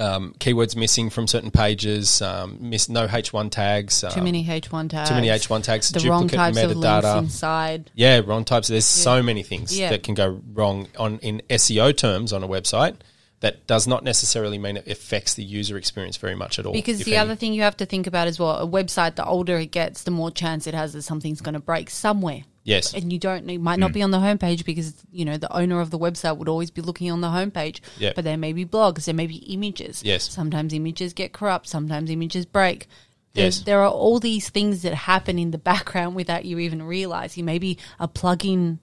S2: um, keywords missing from certain pages, um, miss no H1 tags, um,
S3: Too many H1 tags.
S2: too many H1 tags,
S3: The
S2: duplicate
S3: wrong types of links
S2: metadata.
S3: inside.
S2: yeah, wrong types. There's so many things
S3: Yeah.
S2: that can go wrong on in SEO terms on a website. That does not necessarily mean it affects the user experience very much at all.
S3: Because
S2: if
S3: the
S2: any.
S3: other thing you have to think about as well, a website, the older it gets, the more chance it has that something's going to break somewhere.
S2: yes,
S3: And you don't,
S2: Mm.
S3: it might not be on the homepage because, you know, the owner of the website would always be looking on the homepage.
S2: Yeah.
S3: But there may be blogs, there may be images.
S2: Yes.
S3: Sometimes images get corrupt, sometimes images break. There's,
S2: Yes.
S3: There are all these things that happen in the background without you even realizing. Maybe a plugin,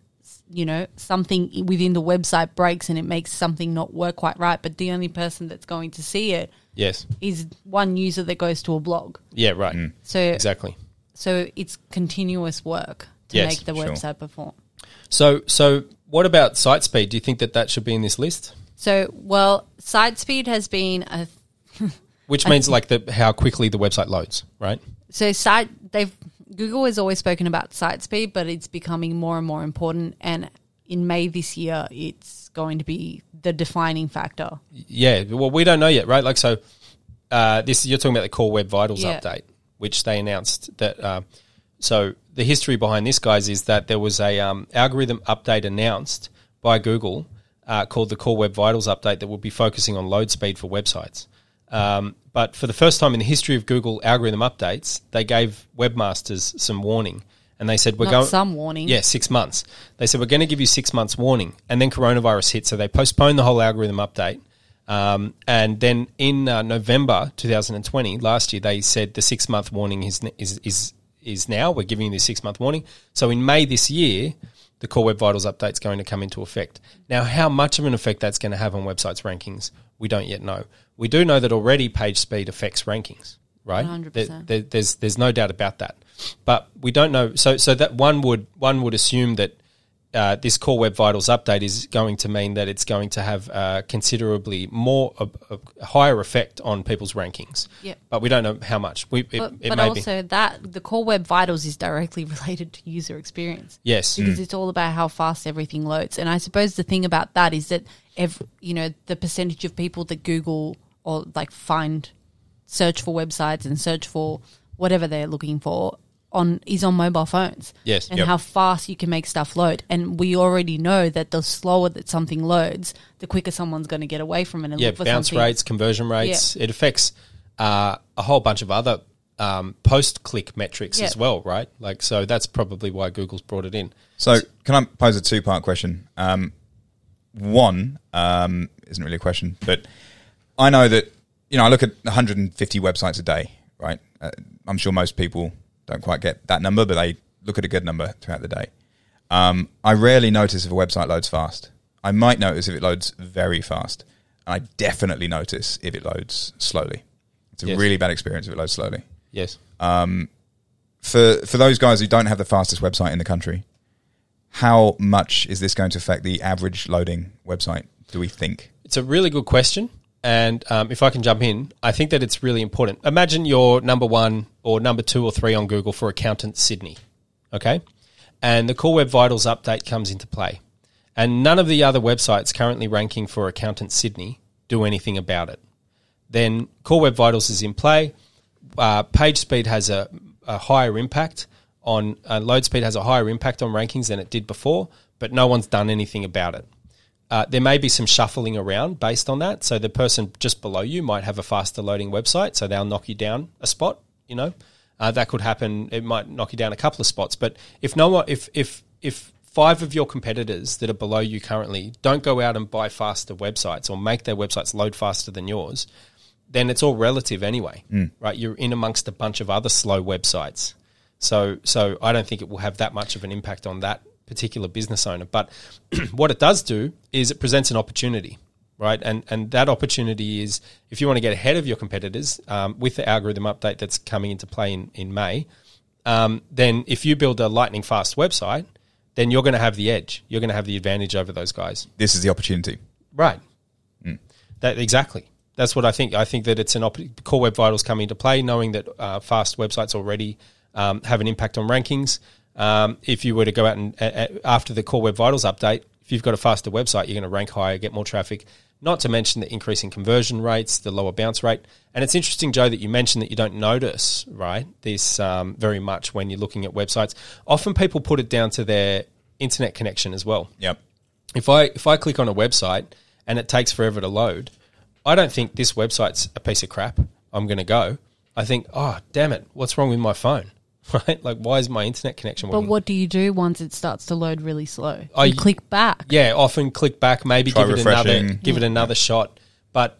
S3: you know, something i- within the website breaks and it makes something not work quite right. But the only person that's going to see it
S2: yes,
S3: is one user that goes to a blog.
S2: yeah, right,
S3: So
S2: exactly.
S3: so it's continuous work to
S2: Yes,
S3: make the
S4: sure.
S3: website perform.
S2: So, so what about site speed? Do you think that that should be in this list?
S3: So well, site speed has been a
S2: Which means like the how quickly the website loads, right?
S3: so site they've Google has always spoken about site speed, but it's becoming more and more important and in May this year it's going to be the defining factor.
S2: Yeah. Well, we don't know yet, right? Like, so uh, this you're talking about the Core Web Vitals
S3: Yeah.
S2: update, which they announced that. Uh, so the history behind this, guys, is that there was a um, algorithm update announced by Google uh, called the Core Web Vitals update that will be focusing on load speed for websites. Um, but for the first time in the history of Google algorithm updates, they gave webmasters some warning, and they said we're
S3: Not
S2: going
S3: some warning.
S2: Yeah, six months. They said we're going to give you six months warning, and then coronavirus hit, so they postponed the whole algorithm update. Um, and then in uh, November 2020, last year, they said the six month warning is is is is now. We're giving you the six month warning. So in May this year, the Core Web Vitals update's going to come into effect. Now, how much of an effect that's going to have on websites rankings, we don't yet know. We do know that already page speed affects rankings, right?
S3: 100%.
S2: There- there- there's there's no doubt about that. But we don't know. So so that one would one would assume that uh, this Core Web Vitals update is going to mean that it's going to have uh, considerably more a, a higher effect on people's rankings.
S3: Yep.
S2: But we don't know how much. We, it,
S3: But,
S2: it
S3: but
S2: may be.
S3: also that the core web vitals is directly related to user experience.
S2: Yes.
S3: because it's all about how fast everything loads. And I suppose the thing about that is that ev you know the percentage of people that Google or like find search for websites and search for whatever they're looking for on is on mobile phones.
S2: Yes.
S3: and
S2: Yep.
S3: how fast you can make stuff load. And we already know that the slower that something loads, the quicker someone's going to get away from it and
S2: yeah,
S3: look for
S2: bounce
S3: something.
S2: rates, conversion rates. It affects uh, a whole bunch of other um, post click metrics
S3: Yeah.
S2: as well, right? Like so that's probably why Google's brought it in.
S4: So, can I pose a two part question? Um, one um, isn't really a question, but I know that, you know, I look at 150 websites a day, right? Uh, I'm sure most people don't quite get that number, but they look at a good number throughout the day. Um, I rarely notice if a website loads fast. I might notice if it loads very fast. And I definitely notice if it loads slowly. It's a
S2: Yes.
S4: really bad experience if it loads slowly
S2: Yes.
S4: for for those guys who don't have the fastest website in the country, how much is this going to affect the average loading website? Do we think?
S2: It's a really good question. And um, if I can jump in, I think that it's really important. Imagine you're number one or number two or three on Google for Accountant Sydney, okay? And the Core Web Vitals update comes into play. And none of the other websites currently ranking for Accountant Sydney do anything about it. Then Core Web Vitals is in play. Uh, page speed has a, a higher impact on uh, load speed has a higher impact on rankings than it did before, but no one's done anything about it. Uh, there may be some shuffling around based on that. So the person just below you might have a faster loading website, so they'll knock you down a spot. You know, uh, that could happen. It might knock you down a couple of spots. But if no one, if if if five of your competitors that are below you currently don't go out and buy faster websites or make their websites load faster than yours, then it's all relative anyway, right? You're in amongst a bunch of other slow websites. So, so I don't think it will have that much of an impact on that particular business owner. But what it does do is it presents an opportunity, right? And and that opportunity is if you want to get ahead of your competitors um, with the algorithm update that's coming into play in in May, um, then if you build a lightning fast website, then you're going to have the edge. You're going to have the advantage over those guys.
S4: This is the opportunity.
S2: Right. That exactly. That's what I think. I think that it's an op- core web vitals coming into play, knowing that uh, fast websites already um, have an impact on rankings. Um, if you were to go out and uh, after the core web vitals update, if you've got a faster website, you're going to rank higher, get more traffic. Not to mention the increase in conversion rates, the lower bounce rate. And it's interesting, Joe, that you mentioned that you don't notice, right, this um, very much when you're looking at websites. Often people put it down to their internet connection as well
S4: Yep.
S2: if I if I click on a website and it takes forever to load, I don't think this website's a piece of crap. I'm going to go. I think, oh damn it, what's wrong with my phone? Right? Like, why is my internet connection?
S3: But
S2: working?
S3: what do you do once it starts to load really slow? You
S2: I-
S3: click back.
S2: Yeah, often click back, maybe
S4: Try
S2: give it another
S4: refreshing.
S2: give it another shot. But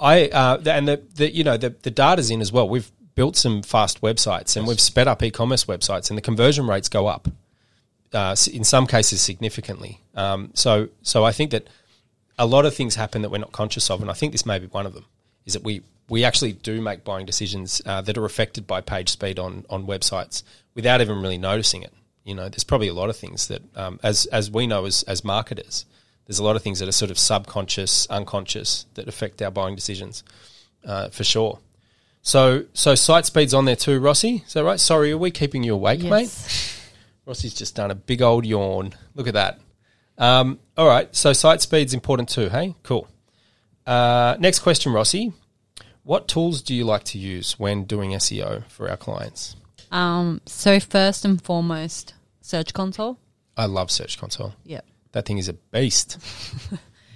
S2: I uh, the- and the, the you know the the data's in as well. We've built some fast websites and we've sped up e-commerce websites, and the conversion rates go up uh, s- in some cases significantly. Um, so so I think that a lot of things happen that we're not conscious of, and I think this may be one of them. Is that we we actually do make buying decisions uh, that are affected by page speed on on websites without even really noticing it. You know, there's probably a lot of things that, um, as as we know as as marketers, there's a lot of things that are sort of subconscious, unconscious that affect our buying decisions, uh, for sure. So so site speed's on there too, Rossi. Is that right? Sorry, are we keeping you awake, mate?
S3: Yes.
S2: Rossi's just done a big old yawn. Look at that. Um, all right, so site speed's important too. Hey, cool. Uh, next question, Rossi. What tools do you like to use when doing SEO for our clients?
S3: Um, so first and foremost, Search Console.
S2: I love Search Console.
S3: Yep.
S2: That thing is a beast.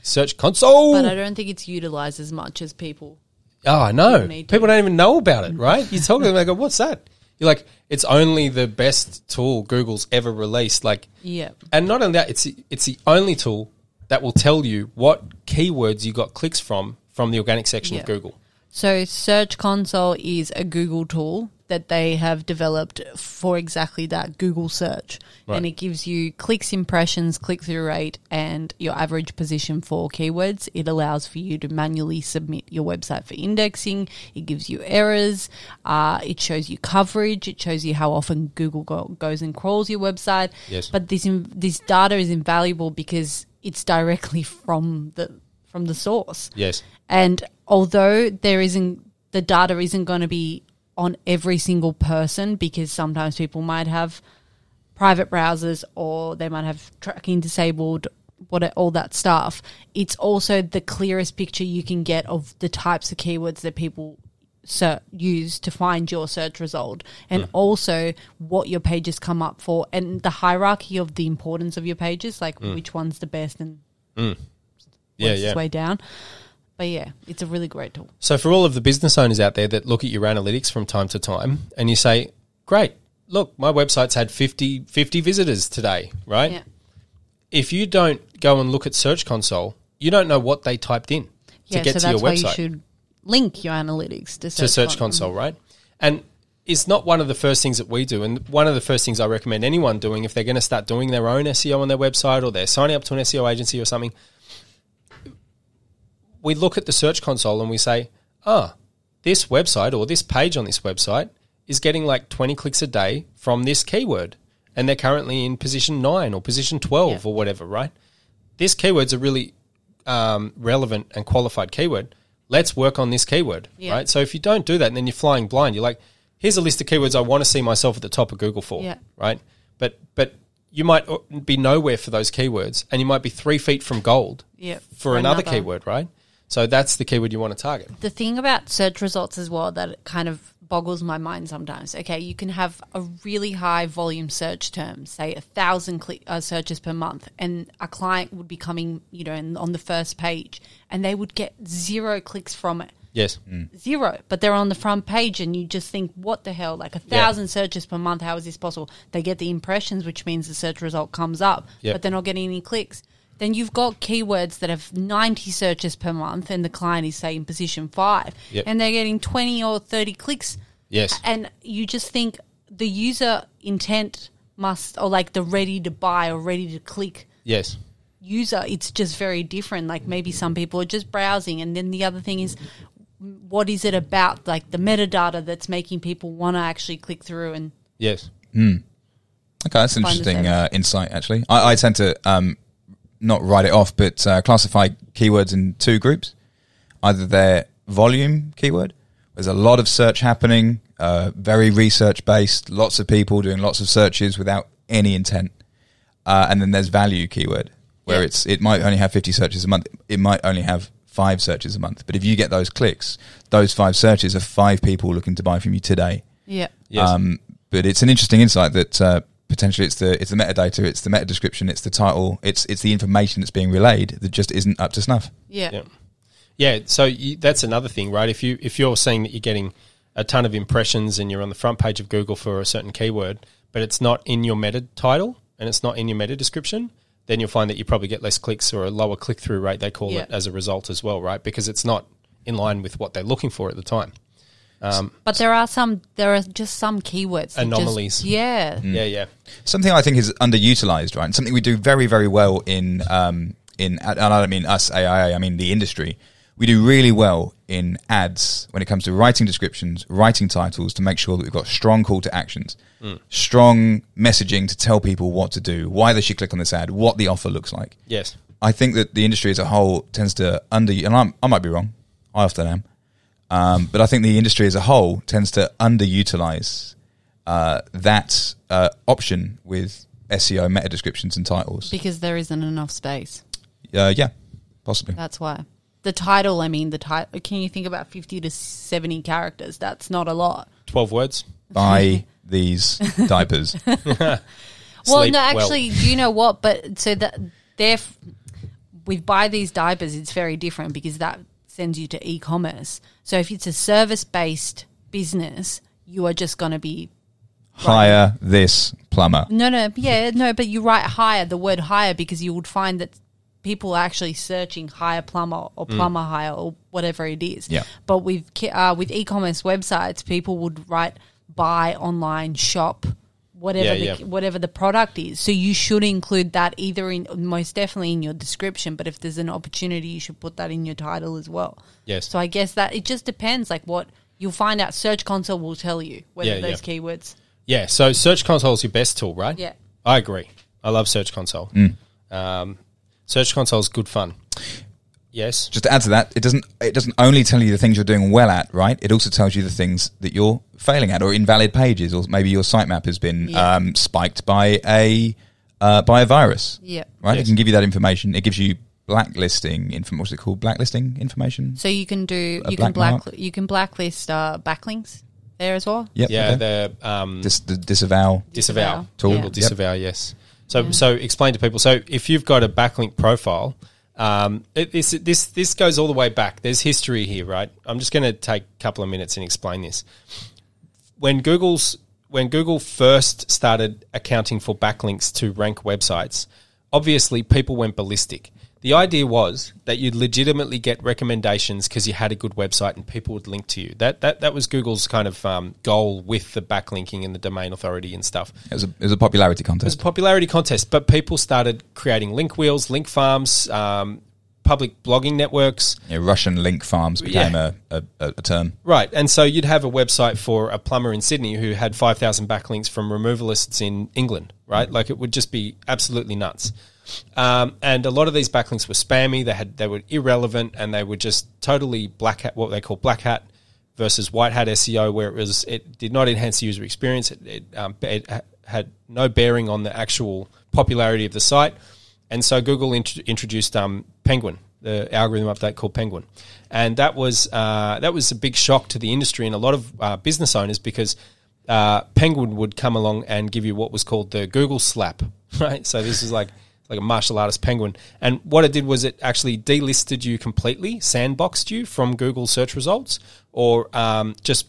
S2: Search Console.
S3: But I don't think it's utilized as much as people.
S2: oh, I know.
S3: Need to.
S2: People don't even know about it, right? You talk to them, they go, "What's that?" You're like, "It's only the best tool Google's ever released." Like,
S3: Yep.
S2: And not only that, it's it's the only tool that will tell you what keywords you got clicks from from the organic section of
S3: Yeah.
S2: Google.
S3: So Search Console is a Google tool that they have developed for exactly that Google search.
S2: Right.
S3: And it gives you clicks, impressions, click through rate, and your average position for keywords. It allows for you to manually submit your website for indexing. It gives you errors. Uh, it shows you coverage. It shows you how often Google go- goes and crawls your website.
S2: Yes.
S3: But this in- this data is invaluable because it's directly from the from the source.
S2: Yes.
S3: And although there isn't the data isn't going to be on every single person because sometimes people might have private browsers or they might have tracking disabled what all that stuff it's also the clearest picture you can get of the types of keywords that people ser- use to find your search result
S2: Hmm.
S3: and also what your pages come up for and the hierarchy of the importance of your pages like which one's the best and
S2: Yeah,
S3: works its
S2: Hmm. yeah.
S3: way down but yeah it's a really great tool
S2: So for all of the business owners out there that look at your analytics from time to time and you say, "Great, look, my website's had 50, 50 visitors today," right?
S3: yeah
S2: If you don't go and look at Search Console, you don't know what they typed in to
S3: yeah
S2: get
S3: so
S2: to your
S3: that's why you
S2: website.
S3: should link your analytics to
S2: to
S3: search,
S2: Search
S3: Console.
S2: Console, right? And it's not one of the first things that we do. And one of the first things I recommend anyone doing if they're going to start doing their own SEO on their website or they're signing up to an SEO agency or something, we look at the Search Console and we say, ah, this website or this page on this website is getting like 20 clicks a day from this keyword. And they're currently in position nine or position 12
S3: Yeah.
S2: or whatever, right? This keyword's a really um, relevant and qualified keyword. Let's work on this keyword,
S3: Yeah.
S2: right? So if you don't do that, then you're flying blind. You're like, here's a list of keywords I want to see myself at the top of Google for,
S3: Yeah.
S2: right? But but you might o- be nowhere for those keywords, and you might be three feet from gold
S3: Yeah,
S2: for
S3: for
S2: another,
S3: another.
S2: keyword, right? So that's the keyword you want to target.
S3: the thing about search results as well that kind of boggles my mind sometimes. Okay, you can have a really high volume search term, say a thousand click, uh, searches per month, and a client would be coming, you know, and on the first page, and they would get zero clicks from it.
S2: Yes.
S3: Zero, but they're on the front page, and you just think, what the hell? Like a
S2: Yeah.
S3: thousand searches per month, how is this possible? They get the impressions, which means the search result comes up,
S2: Yep.
S3: but they're not getting any clicks. Then you've got keywords that have 90 searches per month, and the client is, say, in position five,
S2: Yep.
S3: and they're getting 20 or 30 clicks.
S2: Yes.
S3: And you just think the user intent must, or like the ready to buy or ready to click
S2: Yes.
S3: user, it's just very different. Like maybe some people are just browsing, and then the other thing is, what is it about like the metadata that's making people want to actually click through? And
S2: Yes.
S4: Okay, that's an
S3: Find the
S4: interesting
S3: same.
S4: uh, insight. Actually, I, I tend to um, not write it off, but uh, classify keywords in two groups. Either their volume keyword, there's a lot of search happening, uh, very research based, lots of people doing lots of searches without any intent, uh, and then there's value keyword, where
S3: Yeah.
S4: it's it might only have 50 searches a month it might only have five searches a month but if you get those clicks those five searches are five people looking to buy from you today
S3: Yeah.
S2: Yes.
S4: um, but it's an interesting insight that uh, potentially it's the it's the metadata it's the meta description it's the title it's it's the information that's being relayed that just isn't up to snuff
S3: Yeah.
S2: Yeah. Yeah, so you, that's another thing, right? If you if you're saying that you're getting a ton of impressions and you're on the front page of Google for a certain keyword, but it's not in your meta title and it's not in your meta description, then you'll find that you probably get less clicks or a lower click through rate they call
S3: Yeah.
S2: it as a result as well, right? Because it's not in line with what they're looking for at the time.
S3: But there are some, there are just some keywords. that just-
S2: Anomalies. Mm.
S3: yeah.
S2: Yeah, yeah.
S4: something I think is underutilized, right? And something we do very, very well in um, in and I don't mean us AIA, I mean the industry. We do really well in ads when it comes to writing descriptions, writing titles to make sure that we've got strong call to actions, strong messaging to tell people what to do, why they should click on this ad, what the offer looks like.
S2: Yes.
S4: I think that the industry as a whole tends to under, and I'm, I might be wrong, I often am, um, but I think the industry as a whole tends to underutilize uh, that uh, option with SEO meta descriptions and titles.
S3: Because there isn't enough space.
S4: Uh, yeah, possibly.
S3: That's why. The title, I mean, the title. Can you think about 50 to 70 characters? That's not a lot.
S2: 12 words.
S4: Buy these diapers.
S3: well,
S2: Sleep
S3: no,
S2: well.
S3: actually, you know what? But so that they're f- with buy these diapers, it's very different because that sends you to e-commerce. So if it's a service-based business, you are just going to be
S4: Hire this plumber.
S3: no, no, yeah, no. But you write hire the word hire because you would find that people are actually searching hire plumber or
S2: Mm.
S3: plumber hire or whatever it is.
S4: Yeah.
S3: But with ki- uh, with e-commerce websites, people would write buy online shop whatever
S2: Yeah,
S3: the,
S2: yeah.
S3: whatever the product is. So you should include that either in most definitely in your description, but if there's an opportunity, you should put that in your title as well.
S2: Yes.
S3: So I guess that it just depends, like what you'll find out. Search Console will tell you whether
S2: Yeah,
S3: those
S2: yeah.
S3: keywords.
S2: Yeah, so Search Console is your best tool, right?
S3: Yeah.
S2: I agree. I love Search Console. Um, Search Console is good fun. Yes.
S4: Just to add to that, it doesn't it doesn't only tell you the things you're doing well at, right? It also tells you the things that you're failing at, or invalid pages, or maybe your sitemap has been
S3: Yeah.
S4: um, spiked by a uh, by a virus.
S3: Yeah.
S4: right?
S2: Yes.
S4: It can give you that information. It gives you blacklisting information. What's it called? Blacklisting information.
S3: So you can do
S4: A
S3: you
S4: black
S3: can black
S4: mark?
S3: you can blacklist uh, backlinks there as well.
S4: Yep,
S2: Yeah,
S4: okay.
S2: the um,
S4: Dis- the disavow.
S2: disavow.
S3: Tool.
S2: Google
S3: Yeah.
S2: disavow, yes. So, so explain to people. So, if you've got a backlink profile, um, it, this this this goes all the way back. There's history here, right? I'm just going to take a couple of minutes and explain this. When Google's when Google first started accounting for backlinks to rank websites, obviously people went ballistic. The idea was that you'd legitimately get recommendations because you had a good website and people would link to you. That that, that was Google's kind of um, goal with the backlinking and the domain authority and stuff.
S4: It was a, it was a popularity
S2: It was
S4: contest.
S2: a popularity contest, but people started creating link wheels, link farms, um, public blogging networks.
S4: yeah, Russian link farms became
S2: Yeah.
S4: a, a, a, a term.
S2: Right. And so you'd have a website for a plumber in Sydney who had 5,000 backlinks from removalists in England, right? Like it would just be absolutely nuts. Um, and a lot of these backlinks were spammy. They had they were irrelevant, and they were just totally black hat. What they call black hat versus white hat SEO, where it was it did not enhance the user experience. It, it, um, it ha- had no bearing on the actual popularity of the site. And so Google int- introduced um, Penguin, the algorithm update called Penguin, and that was uh, that was a big shock to the industry and a lot of uh, business owners because uh, Penguin would come along and give you what was called the Google slap, right? So this is like like a martial artist penguin, and what it did was it actually delisted you completely, sandboxed you from Google search results, or um, just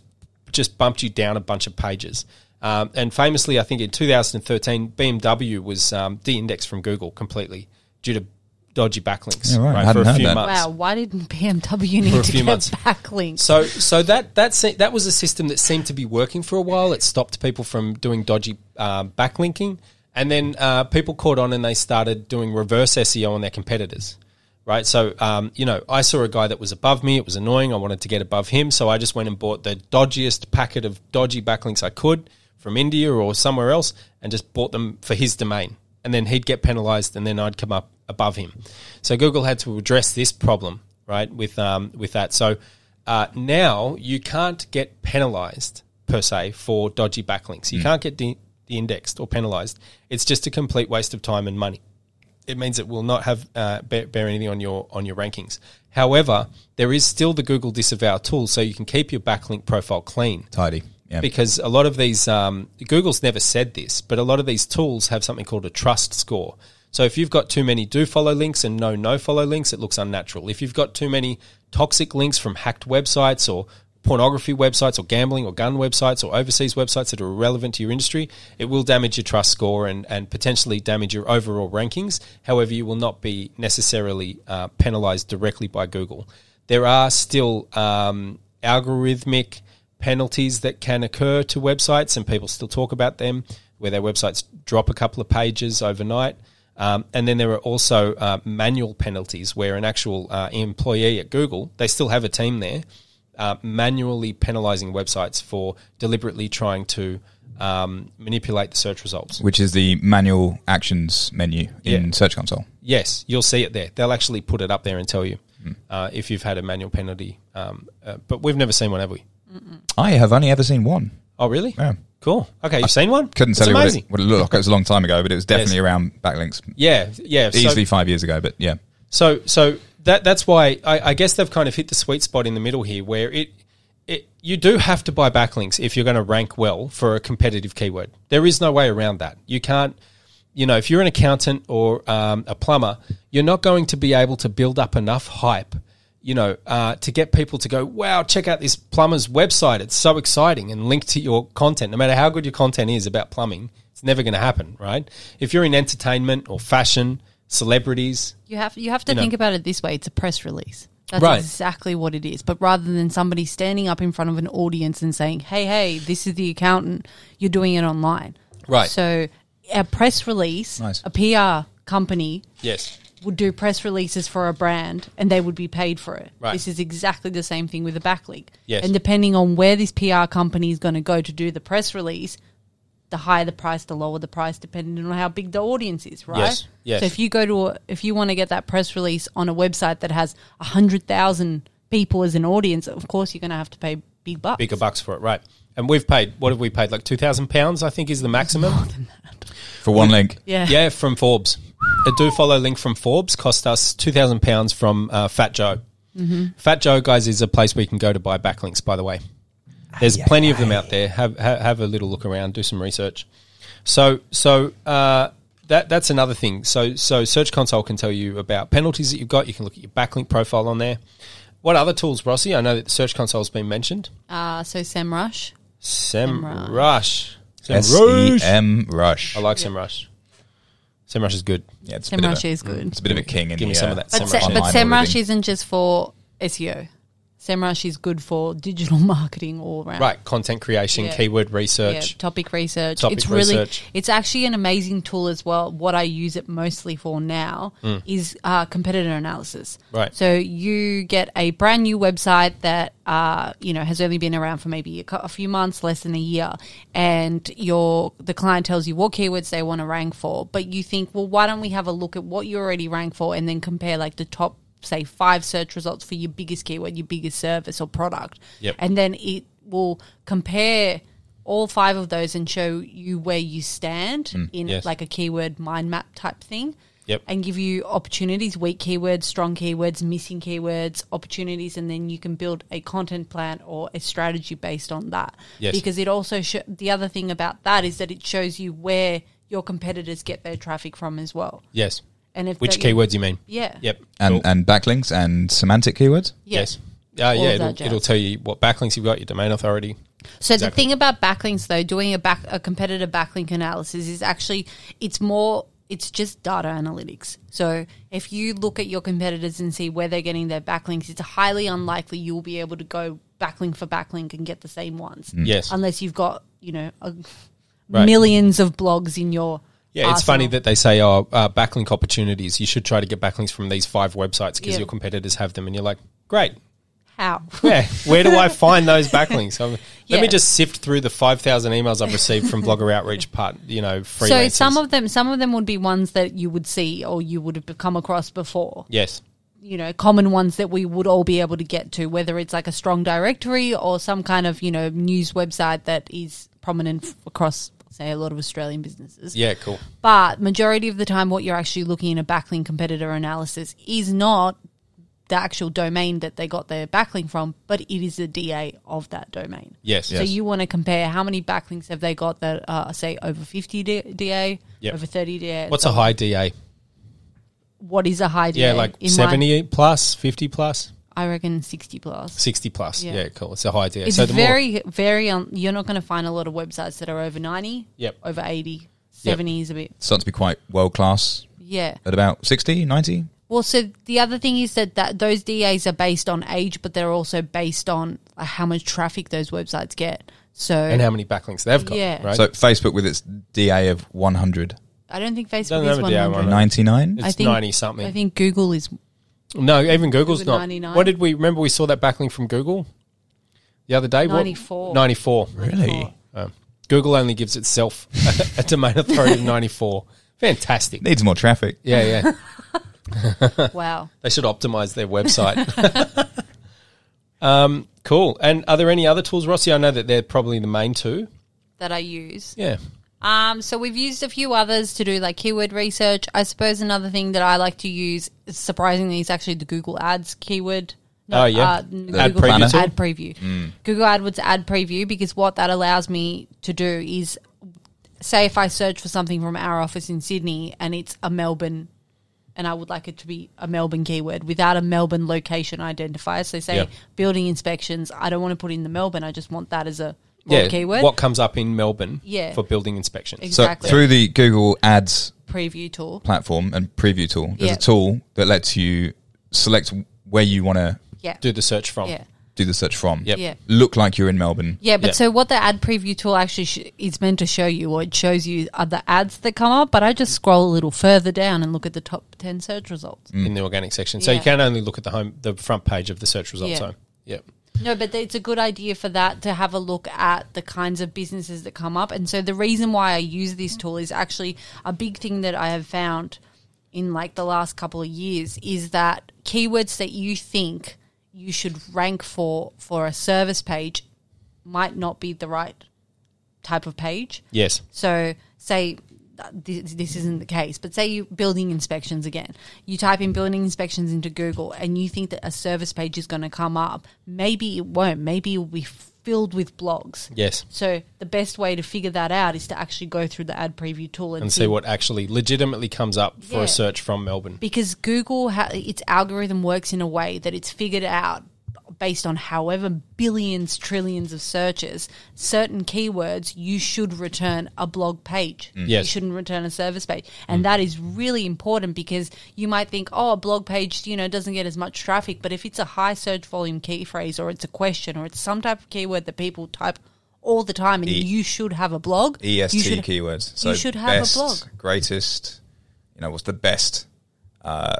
S2: just bumped you down a bunch of pages. Um, and famously, I think in 2013, BMW was um, de-indexed from Google completely due to dodgy backlinks
S4: Yeah, right. I hadn't
S2: for a
S4: heard
S2: few
S4: that.
S2: months.
S3: Wow, why didn't BMW need
S2: For a
S3: to
S2: few
S3: get
S2: months.
S3: backlinks?
S2: So, so that that se- that was a system that seemed to be working for a while. It stopped people from doing dodgy um, backlinking, and then uh, people caught on and they started doing reverse SEO on their competitors. Right, so um, you know, I saw a guy that was above me. It was annoying. I wanted to get above him, so I just went and bought the dodgiest packet of dodgy backlinks I could from India or somewhere else, and just bought them for his domain. And then he'd get penalised, and then I'd come up above him. So Google had to address this problem, right, with um, with that. So uh, now you can't get penalized per se for dodgy backlinks. You can't get de- de-indexed or penalized. It's just a complete waste of time and money. it means it will not have uh, bear, bear anything on your on your rankings. However, there is still the Google disavow tool, so you can keep your backlink profile clean.
S4: Tidy. Yeah.
S2: Because a lot of these, um, Google's never said this, but a lot of these tools have something called a trust score. So if you've got too many do follow links and no no follow links, it looks unnatural. If you've got too many toxic links from hacked websites or pornography websites or gambling or gun websites or overseas websites that are irrelevant to your industry, it will damage your trust score and, and potentially damage your overall rankings. However, you will not be necessarily uh, penalized directly by Google. There are still um, algorithmic penalties that can occur to websites, and people still talk about them, where their websites drop a couple of pages overnight. Um, and then there are also uh, manual penalties where an actual uh, employee at Google, they still have a team there, uh, manually penalizing websites for deliberately trying to um, manipulate the search results.
S4: Which is the manual actions menu in
S2: Yeah.
S4: Search Console.
S2: Yes, you'll see it there. They'll actually put it up there and tell you
S4: Hmm.
S2: uh, if you've had a manual penalty. Um, uh, but we've never seen one, have we?
S4: I have only ever seen one.
S2: Oh, really?
S4: Yeah.
S2: Cool. Okay, you've seen one?
S4: Couldn't
S2: It's
S4: tell you what
S2: amazing.
S4: it, what it looked like. It was a long time ago, but it was definitely around backlinks.
S2: Yeah, yeah. so-
S4: Easily five years ago, but yeah.
S2: So so that that's why I, I guess they've kind of hit the sweet spot in the middle here, where it it you do have to buy backlinks if you're going to rank well for a competitive keyword. There is no way around that. You can't. You know, if you're an accountant or um, a plumber, you're not going to be able to build up enough hype, you know, uh, to get people to go, wow, check out this plumber's website. It's so exciting and link to your content. No matter how good your content is about plumbing, it's never going to happen, right? If you're in entertainment or fashion, celebrities,
S3: You have you have to
S2: know.
S3: think about it this way. It's a press release. That's
S2: Right.
S3: exactly what it is. But rather than somebody standing up in front of an audience and saying, "Hey, hey, this is the accountant," you're doing it online.
S2: Right.
S3: So a press release,
S4: Nice.
S3: a PR company
S2: Yes.
S3: would do press releases for a brand and they would be paid for it.
S2: Right.
S3: This is exactly the same thing with a backlink.
S2: Yes.
S3: And depending on where this PR company is going to go to do the press release, the higher the price, the lower the price, depending on how big the audience is, right?
S2: Yes, yes.
S3: So if you go to a, if you want to get that press release on a website that has hundred thousand people as an audience, of course you're going to have to pay big bucks.
S2: Bigger bucks for it, right? And we've paid. What have we paid? Like two thousand pounds, I think, is the maximum.
S4: For one link.
S3: Yeah.
S2: yeah, from Forbes. A do follow link from Forbes cost us two thousand pounds from uh, Fat Joe. Fat Joe, guys, is a place where you can go to buy backlinks. By the way, there's plenty of them out there. Have, have have a little look around, do some research. So so uh, that that's another thing. So so Search Console can tell you about penalties that you've got. You can look at your backlink profile on there. What other tools, Rossi? I know that the Search Console's been mentioned.
S3: Uh, so SEMrush.
S2: Semrush.
S4: S E M Rush.
S2: I like Semrush. Semrush is good.
S4: Yeah, it's a bit of
S3: SEMrush
S4: a-
S3: is good.
S4: It's a bit of a king in
S2: Give me
S4: the,
S2: some
S4: uh,
S2: of that
S3: But,
S2: SEMrush.
S3: Se-
S2: Online
S3: but SEMrush
S4: auditing.
S3: isn't just for E SEO. SEMrush is good for digital marketing all around.
S2: Right, content creation,
S3: Yeah.
S2: keyword
S3: Yeah,
S2: research.
S3: topic research.
S2: Topic
S3: it's
S2: research.
S3: really, it's actually an amazing tool as well. What I use it mostly for now is uh, competitor analysis.
S2: Hmm. Right.
S3: So you get a brand new website that uh, you know has only been around for maybe a, cou- a few months, less than a year, and your the client tells you what keywords they want to rank for, but you think, well, why don't we have a look at what you already rank for, and then compare like the top say five search results for your biggest keyword, your biggest service or product,
S2: Yep.
S3: and then it will compare all five of those and show you where you stand in
S2: Mm, Yes.
S3: like a keyword mind map type thing
S2: Yep.
S3: and give you opportunities weak keywords strong keywords missing keywords opportunities and then you can build a content plan or a strategy based on that
S2: Yes.
S3: because it also sho- the other thing about that is that it shows you where your competitors get their traffic from as well
S2: Yes.
S3: and if
S2: Which
S3: that-
S2: keywords you mean?
S3: yeah
S2: Yep.
S4: And,
S2: Cool.
S4: and backlinks and semantic keywords.
S3: Yeah.
S2: Yes. Uh, yeah,
S3: that
S2: it'll,
S3: jazz.
S2: it'll tell you what backlinks you've got, your domain authority.
S3: So the
S2: Exactly.
S3: thing about backlinks, though, doing a back a competitor backlink analysis is actually it's more it's just data analytics. So if you look at your competitors and see where they're getting their backlinks, it's highly unlikely you'll be able to go backlink for backlink and get the same ones,
S2: Mm. Yes.
S3: unless you've got you know a,
S2: Right.
S3: millions of blogs in your.
S2: Yeah, it's
S3: arsenal.
S2: funny that they say, oh, uh, backlink opportunities. You should try to get backlinks from these five websites because
S3: Yeah.
S2: your competitors have them. And you're like, great.
S3: how
S2: Yeah, where do I find those backlinks? I'm, Let
S3: Yeah.
S2: me just sift through the 5,000 emails I've received from Blogger Outreach part, you know, freelancers.
S3: so some of them some of them would be ones that you would see or you would have come across before.
S2: Yes.
S3: you know common ones that we would all be able to get to whether it's like a strong directory or some kind of you know news website that is prominent f- across say a lot of Australian businesses.
S2: Yeah, cool.
S3: But majority of the time, what you're actually looking in a backlink competitor analysis is not the actual domain that they got their backlink from, but it is the DA of that domain.
S2: Yes.
S3: So you want to compare how many backlinks have they got that are say over 50 D- DA,
S2: Yep.
S3: over 30 DA.
S2: What's a high DA?
S3: What is a high DA?
S2: Yeah, like
S3: in my-
S2: 70 plus, 50 plus,
S3: I reckon 60 plus.
S2: 60 plus. Yeah,
S3: Yeah.
S2: cool. It's a high DA.
S3: It's
S2: so the more-
S3: very, very. Un- you're not going to find a lot of websites that are over 90,
S2: Yep.
S3: over 80, 70 is a bit.
S4: starting to be quite world class
S3: Yeah.
S4: at about 60, 90.
S3: Well, so the other thing is that, that those DAs are based on age, but they're also based on uh, how much traffic those websites get. So
S2: and how many backlinks they've got,
S3: Yeah.
S2: right?
S4: So Facebook with its DA of 100,
S3: I don't think Facebook
S2: Don't
S3: is
S2: have a DA
S3: 100.
S2: one.
S4: 99.
S2: it's
S3: I think-
S2: 90 something.
S3: I think Google is
S2: no, even Google's
S3: Google
S2: not.
S3: 99.
S2: What did we remember? We saw that backlink from Google the other day. What-
S3: 94.
S2: 94.
S4: Really?
S2: Uh, Google only gives itself a, domain authority of 94. Fantastic.
S4: Needs more traffic.
S2: Yeah, yeah.
S3: wow.
S2: They should optimize their website. um, cool. And are there any other tools, Rossi? I know that they're probably the main two.
S3: That I use.
S2: Yeah.
S3: Um, so we've used a few others to do like keyword research. I suppose another thing that I like to use, surprisingly, is actually the Google Ads keyword.
S2: Oh, yeah.
S3: uh,
S2: ad
S3: Google
S2: preview Mm.
S3: Ads
S2: tool?
S3: ad preview. Google AdWords ad preview because what that allows me to do is, say, if I search for something from our office in Sydney and it's a Melbourne, and I would like it to be a Melbourne keyword without a Melbourne location identifier. So say
S2: Yeah.
S3: building inspections. I don't want to put in the Melbourne. I just want that as a broad
S2: Yeah.
S3: keyword.
S2: What comes up in Melbourne
S3: Yeah.
S2: for building inspections?
S4: So
S3: Exactly.
S4: through the Google Ads
S3: preview tool.
S4: platform and preview tool, there's
S3: Yeah.
S4: a tool that lets you select where you want to
S3: Yeah.
S2: Do the search from.
S3: yeah.
S4: do the search from.
S2: Yep.
S3: Yeah.
S4: Look like you're in Melbourne.
S3: Yeah, but
S2: Yeah.
S3: so what the ad preview tool actually sh- is meant to show you, or it shows you, are the ads that come up. But I just scroll a little further down and look at the top ten search results.
S2: in the organic section. So you
S3: Yeah.
S2: can only look at the home, the front page of the search results
S3: Yeah.
S2: home. Yep.
S3: No, but it's a good idea for that to have a look at the kinds of businesses that come up. And so the reason why I use this tool is actually a big thing that I have found in like the last couple of years is that keywords that you think you should rank for for a service page might not be the right type of page.
S2: Yes.
S3: So, say th- th- this isn't the case, but say you building inspections again. You type in building inspections into Google, and you think that a service page is going to come up. Maybe it won't. Maybe it will be filled with blogs.
S2: Yes.
S3: So the best way to figure that out is to actually go through the ad preview tool and,
S2: And see what actually legitimately comes up for
S3: Yeah.
S2: a search from Melbourne.
S3: because Google ha- its algorithm works in a way that it's figured out based on however billions trillions of searches certain keywords you should return a blog page
S4: Mm.
S2: Yes.
S3: you shouldn't return a service page and that is really important because you might think oh a blog page you know doesn't get as much traffic but if it's a high search volume key phrase or it's a question or it's some type of keyword that people type all the time and
S4: E
S3: you should have a blog you
S4: EST
S3: should-
S4: E keywords. So
S3: you should have a
S4: best,
S3: blog.
S4: Greatest. You know, what's the best uh,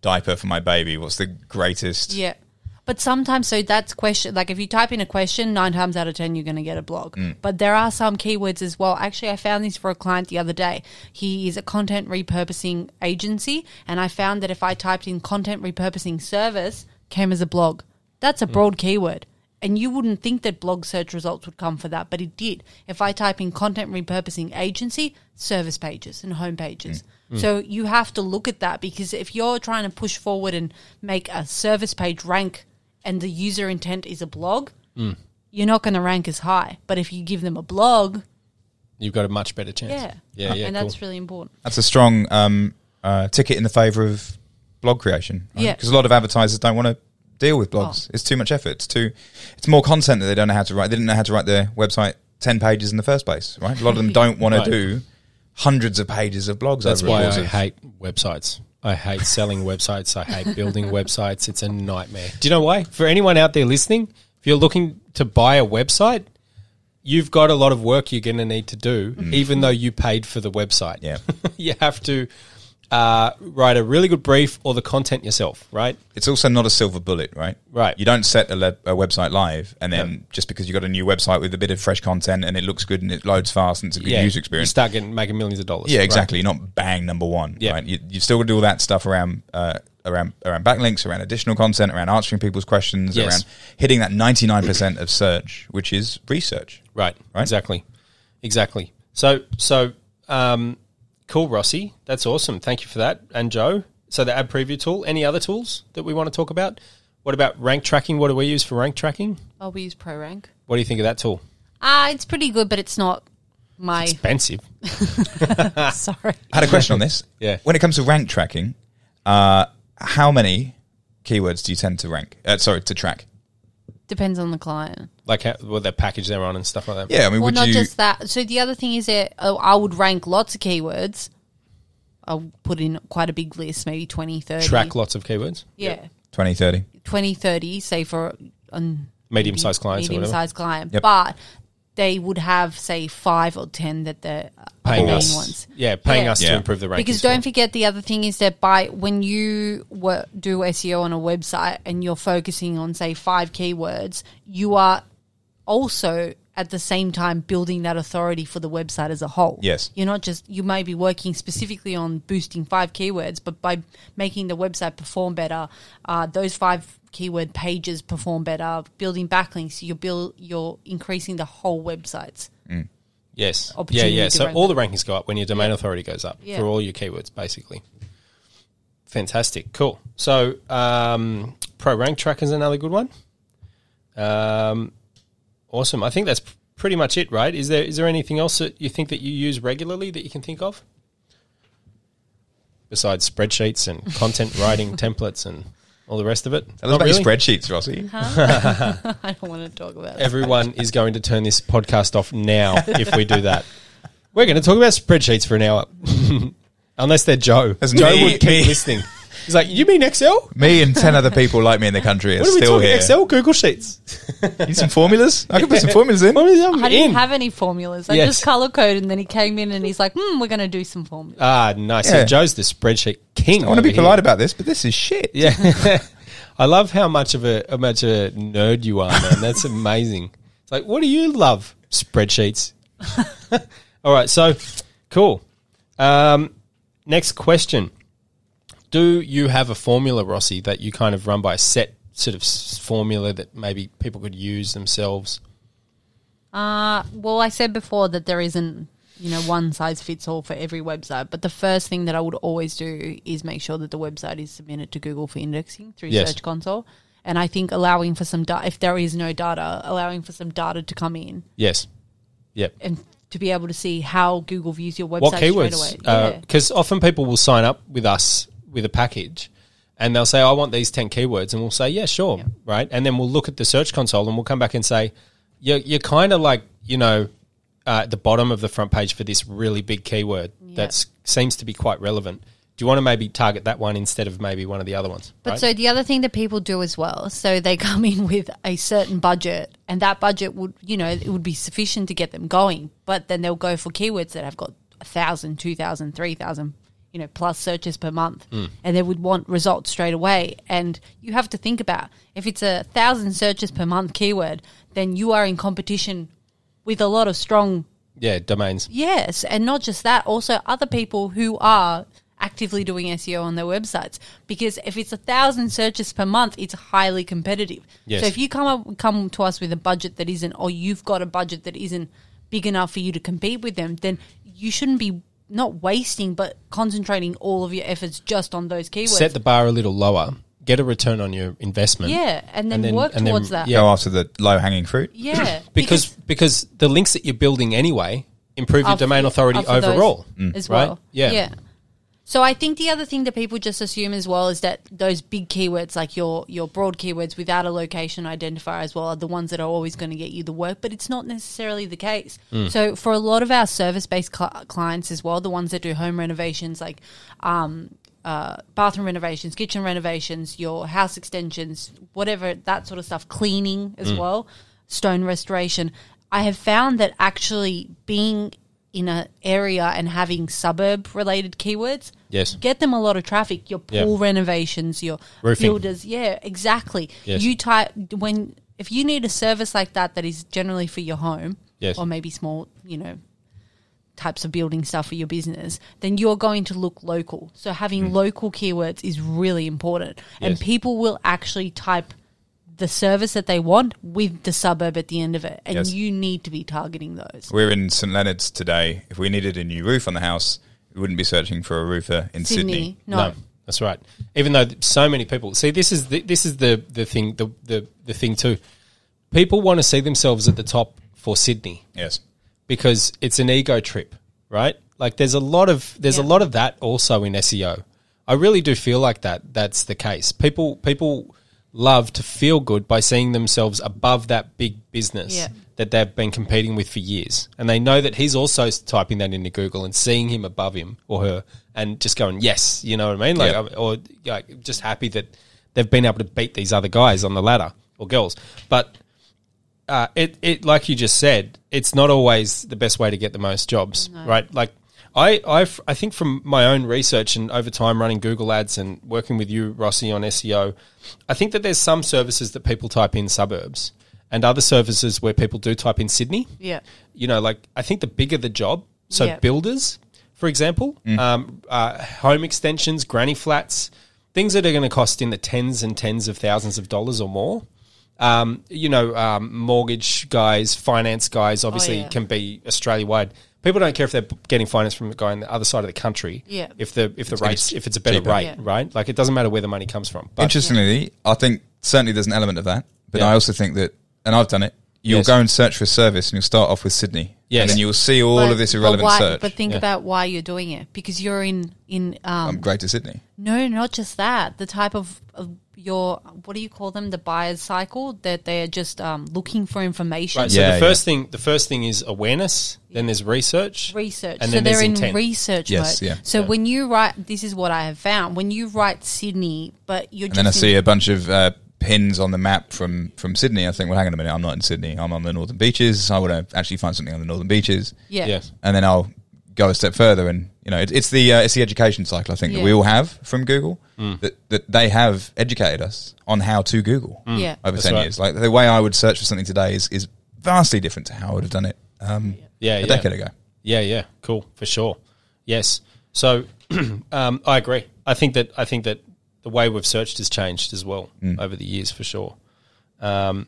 S4: diaper for my baby? What's the greatest?
S3: Yeah. But sometimes, so that's question. Like, if you type in a question, nine times out of 10, you're going to get a blog. But there are some keywords as well. Actually, I found this for a client the other day. He is a content repurposing agency. And I found that if I typed in content repurposing service, came as a blog. That's a broad keyword. And you wouldn't think that blog search results would come for that, but it did. If I type in content repurposing agency, service pages and home pages.
S2: Mm.
S3: So you have to look at that because if you're trying to push forward and make a service page rank and the user intent is a blog,
S2: Mm.
S3: you're not going to rank as high. But if you give them a blog,
S2: You've got a much better chance.
S3: yeah.
S2: Yeah. Yeah.
S3: and
S2: cool.
S3: that's really important.
S4: That's a strong um, uh, ticket in the favor of blog creation.
S3: Yeah. Oh.
S4: Because a lot of advertisers don't want to deal with blogs. It's too much effort. It's too. It's more content that they don't know how to write. They didn't know how to write their website ten pages in the first place. Right. A lot of them don't want
S2: Right.
S4: to do hundreds of pages of blogs.
S2: That's
S4: over
S2: why
S4: the course
S2: I
S4: of-
S2: hate websites. I hate selling websites. I hate building websites. It's a nightmare. Do you know why? For anyone out there listening, if you're looking to buy a website, you've got a lot of work you're going to need to do, even though you paid for the website.
S4: Mm. Yeah.
S2: you have to uh, write a really good brief or the content yourself, right?
S4: It's also not a silver bullet, right?
S2: Right.
S4: You don't set a, le- a website live, and then
S2: No.
S4: just because you got a new website with a bit of fresh content and it looks good and it loads fast and it's a good
S2: You
S4: user experience,
S2: start getting making millions of dollars.
S4: Yeah,
S2: right?
S4: exactly. You're Not bang number one.
S2: Yeah.
S4: Right? You, you still got to do all that stuff around uh, around around backlinks, around additional content, around answering people's questions,
S2: Yes.
S4: around hitting that ninety nine percent of search, which is research.
S2: Right.
S4: Right?
S2: Exactly. Exactly. So so um, cool, Rossi. That's awesome. Thank you for that, and Joe. So the ad preview tool. Any other tools that we want to talk about? What about rank tracking? What do we use for rank tracking?
S3: Oh, we use ProRank.
S2: What do you think of that tool?
S3: Ah, it's pretty good, but it's not my.
S2: Expensive.
S3: sorry.
S4: I had a question on this.
S2: Yeah.
S4: When it comes to rank tracking, uh, how many keywords do you tend to rank? Uh, sorry, to track.
S3: Depends on the client.
S2: Like how, well, the package they're on and stuff like that.
S4: Yeah, I mean,
S3: well,
S4: would
S3: not
S4: you?
S3: just that. So the other thing is that oh, I would rank lots of keywords. I'll put in quite a big list, maybe 20, 30.
S2: Track lots of keywords.
S3: Yeah.
S4: 20, 30.
S3: twenty, thirty, 20, 30, say for on
S2: Medium sized clients
S3: medium
S2: or whatever.
S3: sized client.
S4: Yep.
S3: But they would have, say, five or 10 that they're uh,
S2: Paying
S3: main
S2: us.
S3: ones.
S2: Yeah, paying
S3: Yeah.
S2: us to
S4: Yeah.
S2: improve the rankings.
S3: Because
S2: for
S3: don't
S2: them.
S3: forget the other thing is that by when you wo- do SEO on a website and you're focusing on say five keywords, you are also at the same time building that authority for the website as a whole.
S4: Yes.
S3: You're not just you may be working specifically on boosting five keywords, but by making the website perform better, uh, those five keyword pages perform better, building backlinks, you're build you're increasing the whole websites.
S2: Yes. Yeah,
S3: opportunity
S2: yeah.
S3: to
S2: So
S3: rank
S2: all the rankings go up when your domain authority goes up
S3: Yeah.
S2: for all your keywords, basically. Fantastic. Cool. So um, Pro Rank Tracker is another good one. Um, awesome. I think that's p- pretty much it, right? Is there is there anything else that you think that you use regularly that you can think of? Besides spreadsheets and content writing templates and all the rest of it?
S4: Tell us
S2: Not
S4: about
S2: really?
S4: your spreadsheets, Rossi.
S3: I don't want to talk about it.
S2: Everyone is going to turn this podcast off now if we do that. We're going to talk about spreadsheets for an hour, unless they're Joe.
S4: That's
S2: Joe
S4: me-
S2: would keep
S4: me.
S2: listening. He's like, "You mean Excel?
S4: Me and 10 other people like me in the country are
S2: What are we
S4: still
S2: talking?
S4: here.
S2: Excel, Google Sheets?
S4: Need some formulas? I can put some formulas in.
S2: What is- I'm
S3: I didn't
S2: in.
S3: have any formulas. I
S2: Yes.
S3: just color coded, and then he came in and he's like, "Hmm, we're going to do some formulas."
S2: ah, nice. So
S4: Yeah.
S2: Joe's the spreadsheet king.
S4: I want to
S2: over
S4: be
S2: here.
S4: polite about this, but this is shit.
S2: Yeah, I love how much of a how much of a nerd you are, man. That's amazing. It's like, what do you love? Spreadsheets. All right, so cool. Um, next question: Do you have a formula, Rossi, that you kind of run by a set sort of s- formula that maybe people could use themselves?
S3: Uh, well, I said before that there isn't, you know, one size fits all for every website. But the first thing that I would always do is make sure that the website is submitted to Google for indexing through
S2: Yes.
S3: Search Console. And I think allowing for some data, if there is no data, allowing for some data to come in
S2: Yes. Yep.
S3: and to be able to see how Google views your website
S2: what
S3: straight away.
S2: keywords? Uh,
S3: Yeah.
S2: Because often people will sign up with us with a package and they'll say, I want these 10 keywords. And we'll say, yeah, sure. Right. And then we'll look at the search console and we'll come back and say, you're, you're kind of like, you know, uh, at the bottom of the front page for this really big keyword that seems to be quite relevant. Do you want to maybe target that one instead of maybe one of the other ones?
S3: But
S2: right?
S3: so the other thing that people do as well, so they come in with a certain budget, and that budget would, you know, it would be sufficient to get them going. But then they'll go for keywords that have got a thousand, two thousand, three thousand, you know, plus searches per month, and they would want results straight away. And you have to think about if it's a thousand searches per month keyword, then you are in competition with a lot of strong
S2: yeah, domains.
S3: Yes, and not just that, also other people who are actively doing SEO on their websites. Because if it's a thousand searches per month, it's highly competitive.
S2: Yes.
S3: So if you come up, come to us with a budget that isn't, or you've got a budget that isn't big enough for you to compete with them, then you shouldn't be not wasting, but concentrating all of your efforts just on those keywords.
S2: Set the bar a little lower, get a return on your investment.
S3: yeah, and then,
S2: and then-
S3: work
S2: and then-
S3: towards that.
S2: yeah.
S4: Go after the low hanging fruit.
S3: Yeah,
S2: Because, because the links that you're building anyway improve your
S3: after-
S2: domain authority
S3: after those
S2: overall.
S3: as
S2: right?
S3: well.
S2: Yeah.
S3: So I think the other thing that people just assume as well is that those big keywords, like your your broad keywords without a location identifier as well, are the ones that are always going to get you the work. But it's not necessarily the case.
S2: Hmm.
S3: So for a lot of our service based cl- clients as well, the ones that do home renovations, like um, uh, bathroom renovations, kitchen renovations, your house extensions, whatever that sort of stuff, cleaning
S2: Mm.
S3: as well, stone restoration. I have found that actually being in an area and having suburb related keywords,
S2: Yes.
S3: get them a lot of traffic. Your
S2: Yeah.
S3: pool renovations, your
S2: Roofing.
S3: builders, yeah, exactly.
S2: Yes.
S3: You type when if you need a service like that that is generally for your home,
S2: Yes.
S3: or maybe small, you know, types of building stuff for your business, then you're going to look local.
S4: Mm.
S3: So having local keywords is really important. And
S2: Yes.
S3: people will actually type the service that they want with the suburb at the end of it. And
S4: Yes.
S3: you need to be targeting those.
S4: We're in St Leonard's today. If we needed a new roof on the house, we wouldn't be searching for a roofer in Sydney.
S3: Sydney.
S2: No.
S3: No.
S2: that's right. Even though so many people see this is the, this is the the thing the, the the thing too. People want to see themselves at the top for Sydney
S4: Yes.
S2: because it's an ego trip, right? Like there's a lot of there's a
S3: Yeah.
S2: lot of that also in SEO. I really do feel like that that's the case. People people love to feel good by seeing themselves above that big business
S3: Yeah.
S2: that they've been competing with for years. And they know that he's also typing that into Google and seeing him above him or her and just going, "Yes," you know what I mean? Like
S4: Yeah.
S2: I- or like just happy that they've been able to beat these other guys on the ladder or girls. But uh, it it like you just said, it's not always the best way to get the most jobs, right? Like I I've, I think from my own research and over time running Google Ads and working with you Rossi on SEO, I think that there's some services that people type in suburbs and other services where people do type in Sydney.
S3: Yeah.
S2: You know, like I think the bigger the job, so
S3: Yeah.
S2: builders, for example,
S4: Mm.
S2: um, uh, home extensions, granny flats, things that are going to cost in the tens and tens of thousands of dollars or more um, you know, um, mortgage guys, finance guys, obviously
S3: Oh, yeah.
S2: can be Australia wide. People don't care if they're getting finance from a guy on the other side of the country.
S3: Yeah.
S2: If the if the
S4: gonna
S2: rates
S4: be
S2: if it's a better
S4: cheaper.
S2: rate,
S3: Yeah.
S2: right? Like it doesn't matter where the money comes from. But
S4: Interestingly, I think certainly there's an element of that, but
S2: Yeah.
S4: I also think that, and I've done it. You'll
S2: Yes.
S4: go and search for a service, and you'll start off with Sydney,
S2: Yes.
S4: and then you'll see all
S3: But-
S4: of this
S3: but
S4: irrelevant
S3: why-
S4: search.
S3: But think
S2: Yeah.
S3: about why you're doing it because you're in in um,
S4: I'm Greater Sydney.
S3: No, not just that. The type of, of your what do you call them? The buyer's cycle that they are just um, looking for information,
S2: right, so
S4: Yeah,
S2: the first thing the first thing is awareness. Then there's research,
S3: research.
S2: and
S3: so
S2: then there's
S3: they're in
S2: intent.
S3: research
S4: Yes,
S3: mode.
S4: yeah.
S3: So when you write, this is what I have found. When you write Sydney, but you're
S4: And
S3: just
S4: then I
S3: in-
S4: see a bunch of uh, pins on the map from, from Sydney. I think, well, hang on a minute, I'm not in Sydney. I'm on the northern beaches. I want to actually find something on the northern beaches,
S3: yeah.
S2: Yes.
S4: and then I'll go a step further. And you know, it, it's the uh, it's the education cycle I think that
S3: Yeah.
S4: we all have from Google
S2: Mm.
S4: that that they have educated us on how to Google
S3: Mm. Yeah.
S4: Mm. over
S2: That's
S4: ten
S2: right.
S4: years. Like the way I would search for something today is is vastly different to how I would have done it um,
S2: Yeah,
S4: a
S2: yeah.
S4: decade ago.
S2: Yeah, yeah, cool for sure. Yes, so um, I agree. I think that I think that the way we've searched has changed as well over the years for sure. Um,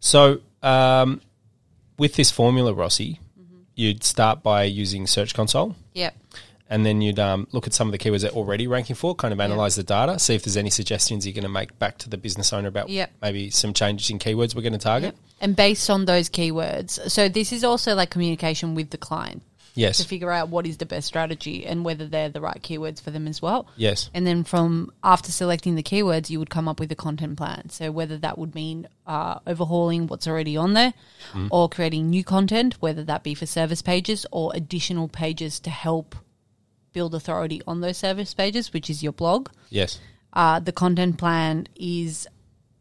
S2: so um, with this formula, Rossi,
S3: Mm-hmm.
S2: you'd start by using Search Console,
S3: yeah,
S2: and then you'd um, look at some of the keywords they're already ranking for, kind of analyze the data, see if there's any suggestions you're going to make back to the business owner about
S3: Yeah.
S2: maybe some changes in keywords we're going to target.
S3: And based on those keywords, so this is also like communication with the client to
S2: Yes,
S3: figure out what is the best strategy and whether they're the right keywords for them as well.
S2: yes,
S3: And then from after selecting the keywords, you would come up with a content plan. So whether that would mean uh, overhauling what's already on there or creating new content, whether that be for service pages or additional pages to help build authority on those service pages, which is your blog.
S2: yes,
S3: Uh, the content plan is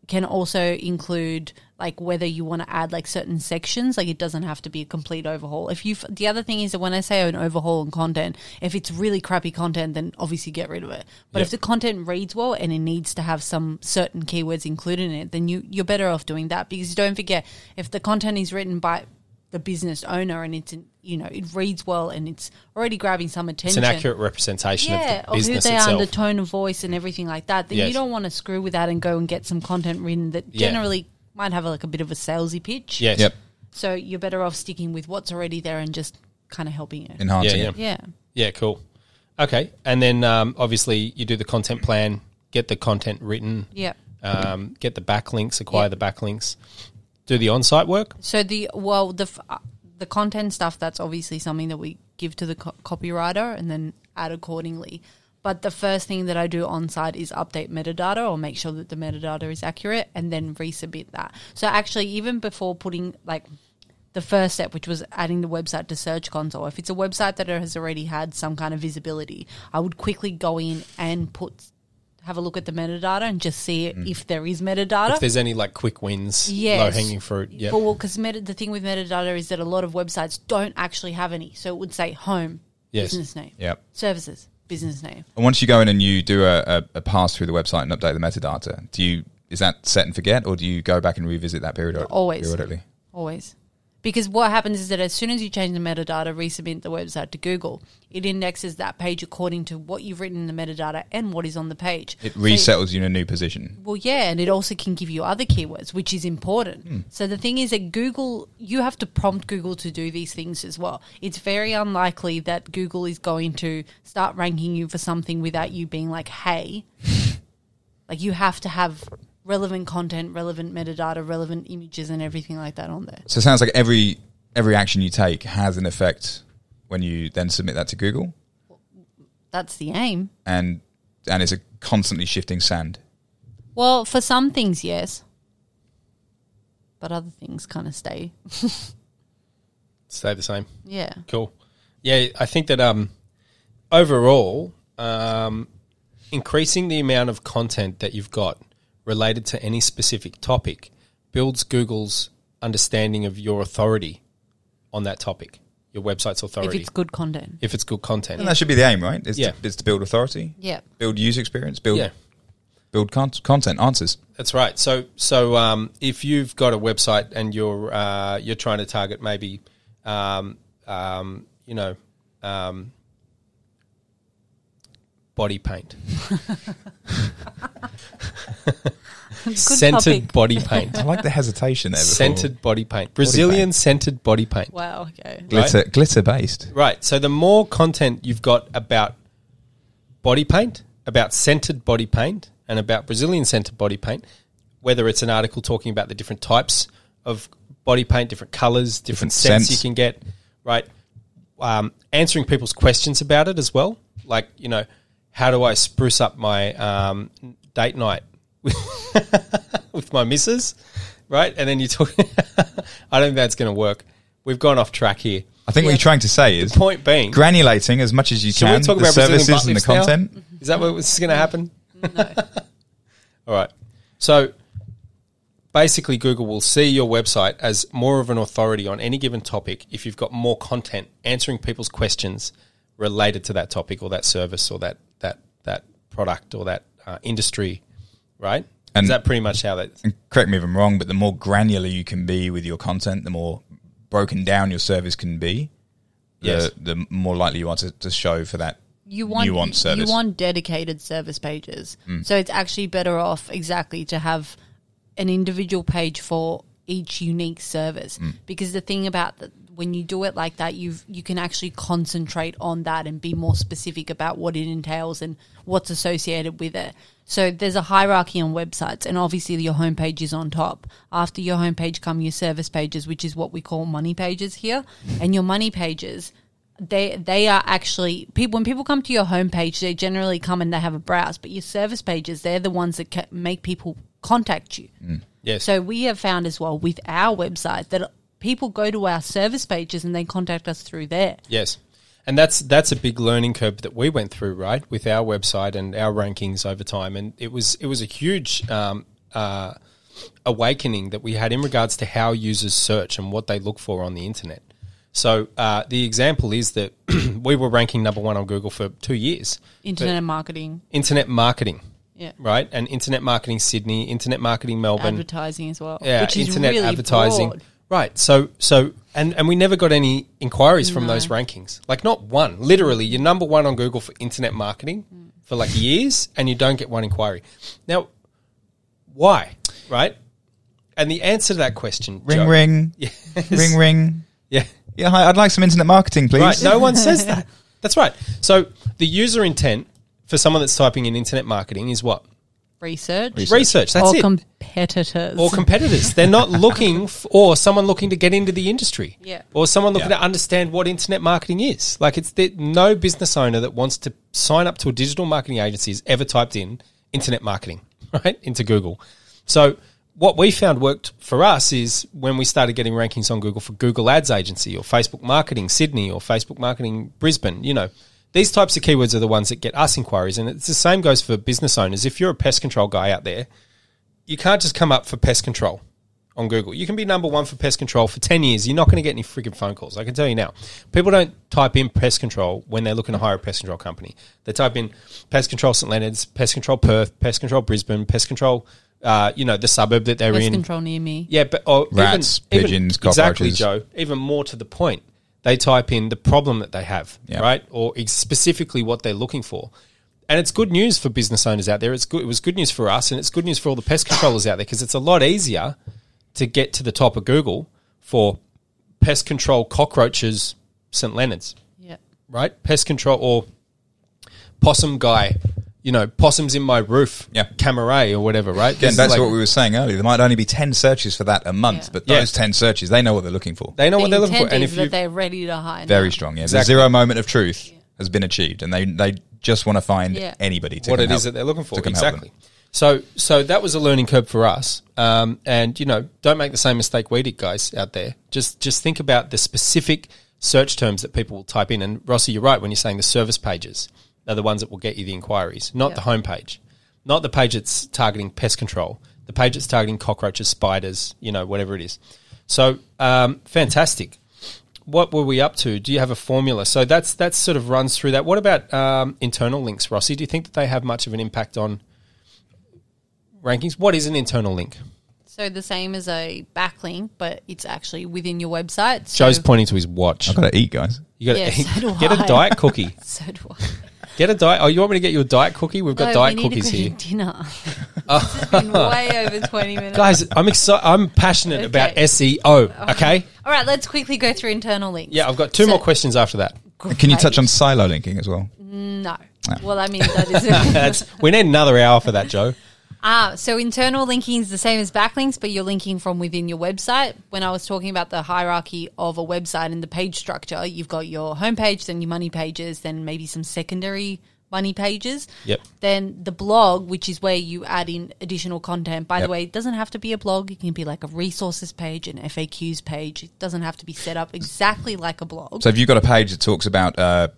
S3: can also include like whether you want to add like certain sections like it doesn't have to be a complete overhaul if you the other thing is that when i say an overhaul on content if it's really crappy content then obviously get rid of it but
S2: Yeah.
S3: if the content reads well and it needs to have some certain keywords included in it then you you're better off doing that because don't forget if the content is written by the business owner and it's you know it reads well and it's already grabbing some
S2: it's
S3: attention
S2: an accurate representation
S3: yeah,
S2: of the
S3: or who
S2: business
S3: they are
S2: itself.
S3: and the tone of voice and everything like that. Then
S2: Yes.
S3: you don't want to screw with that and go and get some content written that
S2: Yeah.
S3: generally might have like a bit of a salesy pitch.
S2: yes,
S4: Yep,
S3: So you're better off sticking with what's already there and just kind of helping it.
S4: enhancing
S2: Yeah,
S4: it.
S3: yeah.
S2: Yeah, cool. Okay, and then um, obviously you do the content plan, get the content written,
S3: Yeah.
S2: um, get the backlinks, acquire
S3: Yeah.
S2: the backlinks, do the on-site work.
S3: So the well the f- uh, the content stuff that's obviously something that we give to the co- copywriter and then add accordingly. But the first thing that I do on site is update metadata or make sure that the metadata is accurate and then resubmit that. So actually even before putting like the first step, which was adding the website to Search Console. If it's a website that has already had some kind of visibility, I would quickly go in and put, have a look at the metadata and just see if there is metadata.
S2: If there's any like quick wins,
S3: Yes.
S2: low hanging fruit, yeah,
S3: But well, because meta- the thing with metadata is that a lot of websites don't actually have any. So it would say home,
S2: Yes.
S3: business name,
S4: Yep.
S3: services, business name.
S4: And once you go in and you do a, a, a pass through the website and update the metadata, do you is that set and forget, or do you go back and revisit that period
S3: Always.
S4: periodically?
S3: Always. Because what happens is that as soon as you change the metadata, resubmit the website to Google, it indexes that page according to what you've written in the metadata and what is on the page.
S4: It
S3: So-
S4: resettles you in a new position.
S3: well, yeah, and it also can give you other keywords, which is important. So the thing is that Google, you have to prompt Google to do these things as well. It's very unlikely that Google is going to start ranking you for something without you being like, hey, like you have to have relevant content, relevant metadata, relevant images, and everything like that on there.
S4: So it sounds like every every action you take has an effect when you then submit that to Google,
S3: That's the aim.
S4: and and it's a constantly shifting sand.
S3: Well, for some things, yes. But other things kind of stay.
S2: Stay the same.
S3: Yeah.
S2: Cool. Yeah, I think that um, overall, um, increasing the amount of content that you've got related to any specific topic builds Google's understanding of your authority on that topic, your website's
S3: If
S2: authority,
S3: it's good content.
S2: good content.
S4: And that should be the aim, right? Is,
S2: Yeah.
S4: to, is to build authority,
S3: Yeah.
S4: build user experience, build
S2: Yeah.
S4: build con- content answers.
S2: That's right. So so um, if you've got a website and you're uh, you're trying to target maybe um, um, you know um, body paint, scented
S3: topic.
S2: body paint,
S4: I like the hesitation there. Before.
S2: scented body paint, Brazilian
S4: paint.
S2: scented body paint.
S3: Wow. Okay.
S4: glitter glitter based.
S2: Right. So the more content you've got about body paint, about scented body paint, and about Brazilian scented body paint, whether it's an article talking about the different types of body paint, different colors, different,
S4: Different
S2: scents
S4: scents.
S2: you can get, right? Um, answering people's questions about it as well. Like, you know, how do I spruce up my um, date night with my missus, right? And then you talk, I don't think that's going to work. We've gone off track here.
S4: I think what you're trying to say is
S2: Point being,
S4: granulating as much as you
S2: Should
S4: can
S2: we talk
S4: the
S2: about Brazilian butt
S4: services and the
S2: lifts now?
S4: content.
S2: Is that what was going to happen? No. All right. So basically, Google will see your website as more of an authority on any given topic if you've got more content answering people's questions related to that topic or that service or that that that product or that uh, industry, right?
S4: And-
S2: is that pretty much how that?
S4: And correct me if I'm wrong, but the more granular you can be with your content, the more broken down your service can be. The,
S2: Yes.
S4: the more likely you are to, to show for that.
S3: you want Mm.
S4: You want service.
S3: you want dedicated service pages. So it's actually better off exactly to have an individual page for each unique service because the thing about the, when you do it like that you you can actually concentrate on that and be more specific about what it entails and what's associated with it. So there's a hierarchy on websites and obviously your homepage is on top. After your homepage come your service pages which is what we call money pages here and your money pages they they are actually people when people come to your homepage they generally come and they have a browse but your service pages they're the ones that ca- make people contact you
S2: Mm. Yes.
S3: so we have found as well with our website that people go to our service pages and they contact us through there
S2: Yes. And that's that's a big learning curve that we went through, right, with our website and our rankings over time, and it was it was a huge um, uh, awakening that we had in regards to how users search and what they look for on the internet. So uh, the example is that we were ranking number one on Google for two years,
S3: internet and marketing
S2: internet marketing,
S3: yeah
S2: right, and internet marketing Sydney, internet marketing Melbourne,
S3: advertising as well
S2: yeah,
S3: which is
S2: internet
S3: really
S2: advertising.
S3: broad.
S2: Right. So so and and we never got any inquiries from
S3: No.
S2: those rankings. Like not one. Literally, you're number one on Google for internet marketing
S3: Mm.
S2: for like years, and you don't get one inquiry. Now, why? Right. And the answer to that question,
S4: Ring,
S2: Joe-
S4: ring, ring, ring.
S2: yeah,
S4: Yeah, hi, I'd like some internet marketing, please.
S2: right. No one says that. That's right. So the user intent for someone that's typing in internet marketing is what
S3: research,
S2: research. that's
S3: or
S2: it.
S3: competitors
S2: or competitors. They're not looking for, or someone looking to get into the industry.
S3: Yeah.
S2: Or someone looking
S4: Yeah.
S2: to understand what internet marketing is. Like it's the, no business owner that wants to sign up to a digital marketing agency has ever typed in internet marketing, right? Into Google. So what we found worked for us is when we started getting rankings on Google for Google Ads Agency or Facebook Marketing Sydney or Facebook Marketing Brisbane, you know, these types of keywords are the ones that get us inquiries. And it's the same goes for business owners. If you're a pest control guy out there, you can't just come up for pest control on Google. You can be number one for pest control for 10 years. You're not going to get any freaking phone calls. I can tell you now. People don't type in pest control when they're looking to hire a pest control company. They type in pest control St. Leonard's, pest control Perth, pest control Brisbane, pest control uh, you know, the suburb that they're
S3: Pest
S2: in.
S3: control near me.
S2: Yeah, but or
S4: Rats,
S2: even,
S4: pigeons,
S2: even, exactly,
S4: cockroaches.
S2: Joe. Even more to the point, they type in the problem that they have,
S4: Yeah.
S2: right, or ex- specifically what they're looking for. And it's good news for business owners out there. It's good. It was good news for us, and it's good news for all the pest controllers out there because it's a lot easier to get to the top of Google for pest control cockroaches, St Leonard's
S3: Yeah.
S2: right? Pest control or possum guy, you know, possums in my roof,
S4: Yeah.
S2: Camaray or whatever, right? This
S4: Again,
S2: is
S4: that's
S2: like-
S4: what we were saying earlier. There might only be 10 searches for that a month,
S3: Yeah.
S4: but
S2: Yeah.
S4: those 10 searches, they know what they're looking for.
S2: they know
S3: The
S2: what they're looking for,
S3: intent
S2: and
S3: is
S2: if
S3: that
S2: you
S3: they're ready to hide.
S4: Very strong, yeah.
S2: Exactly.
S4: The zero moment of truth has been achieved, and they, they just want to find
S3: Yeah.
S4: anybody to
S2: what
S4: come
S2: it
S4: help-
S2: is that they're looking for,
S4: to come help them.
S2: exactly. So, so that was a learning curve for us, um, and you know, don't make the same mistake we did, guys out there. Just just think about the specific search terms that people will type in. And Rossi, you're right when you're saying the service pages are the ones that will get you the inquiries, not
S3: Yeah.
S2: the homepage, not the page that's targeting pest control, the page that's targeting cockroaches, spiders, you know, whatever it is. So, um, fantastic what were we up to? Do you have a formula? So that's that sort of runs through that. What about um, internal links, Rossi? Do you think that they have much of an impact on rankings? What is an internal link?
S3: So the same as a backlink, but it's actually within your website. So,
S2: Joe's pointing to his watch.
S4: I've got to eat, guys.
S2: You got
S3: Yeah, so do
S2: get a
S3: I.
S2: diet cookie.
S3: So do I.
S2: Get a diet. Oh, you want me to get you a diet cookie? We've got
S3: No,
S2: diet
S3: we need
S2: cookies
S3: to go to
S2: here,
S3: Dinner. this has been way over twenty minutes.
S2: guys. I'm excited. I'm passionate about
S3: Okay.
S2: SEO. Okay.
S3: All right, let's quickly go through internal links.
S2: Yeah, I've got two
S3: So-
S2: more questions after that.
S4: Can you touch on
S3: Great.
S4: silo linking as well?
S3: No.
S2: Ah.
S3: Well, I mean that is.
S2: That's we need another hour for that, Joe.
S3: Ah, so internal linking is the same as backlinks, but you're linking from within your website. When I was talking about the hierarchy of a website and the page structure, you've got your homepage, then your money pages, then maybe some secondary money pages.
S2: Yep.
S3: Then the blog, which is where you add in additional content. By
S4: Yep.
S3: the way, it doesn't have to be a blog. It can be like a resources page, an FAQs page. It doesn't have to be set up exactly like a blog.
S4: So if you've got a page that talks about uh,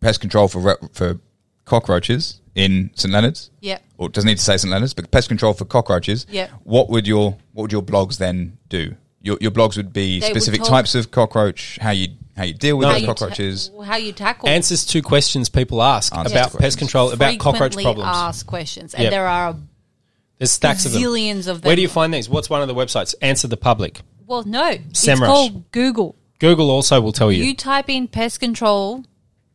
S4: pest control for re- for cockroaches in St Leonard's,
S3: Yeah.
S4: or it doesn't need to say St Leonard's, but pest control for cockroaches,
S3: Yeah.
S4: What would your what would your blogs then do? Your, your blogs would be
S3: They would
S4: specific
S3: talk-
S4: types of cockroach, how you how you deal with
S2: No.
S3: How
S4: those
S3: you ta-
S4: cockroaches.
S3: how you tackle
S2: Answers to questions people ask
S4: Answers
S2: about pest
S4: to questions.
S2: control, about cockroach
S3: frequently
S2: problems.
S3: asked questions, and
S2: Yep.
S3: there are
S2: There's stacks of them.
S3: Zillions of
S2: Where
S3: them.
S2: do you find these? What's one of the websites? Answer the public.
S3: well, no, it's
S2: Semrush.
S3: called Google.
S2: Google also will tell you.
S3: You type in pest control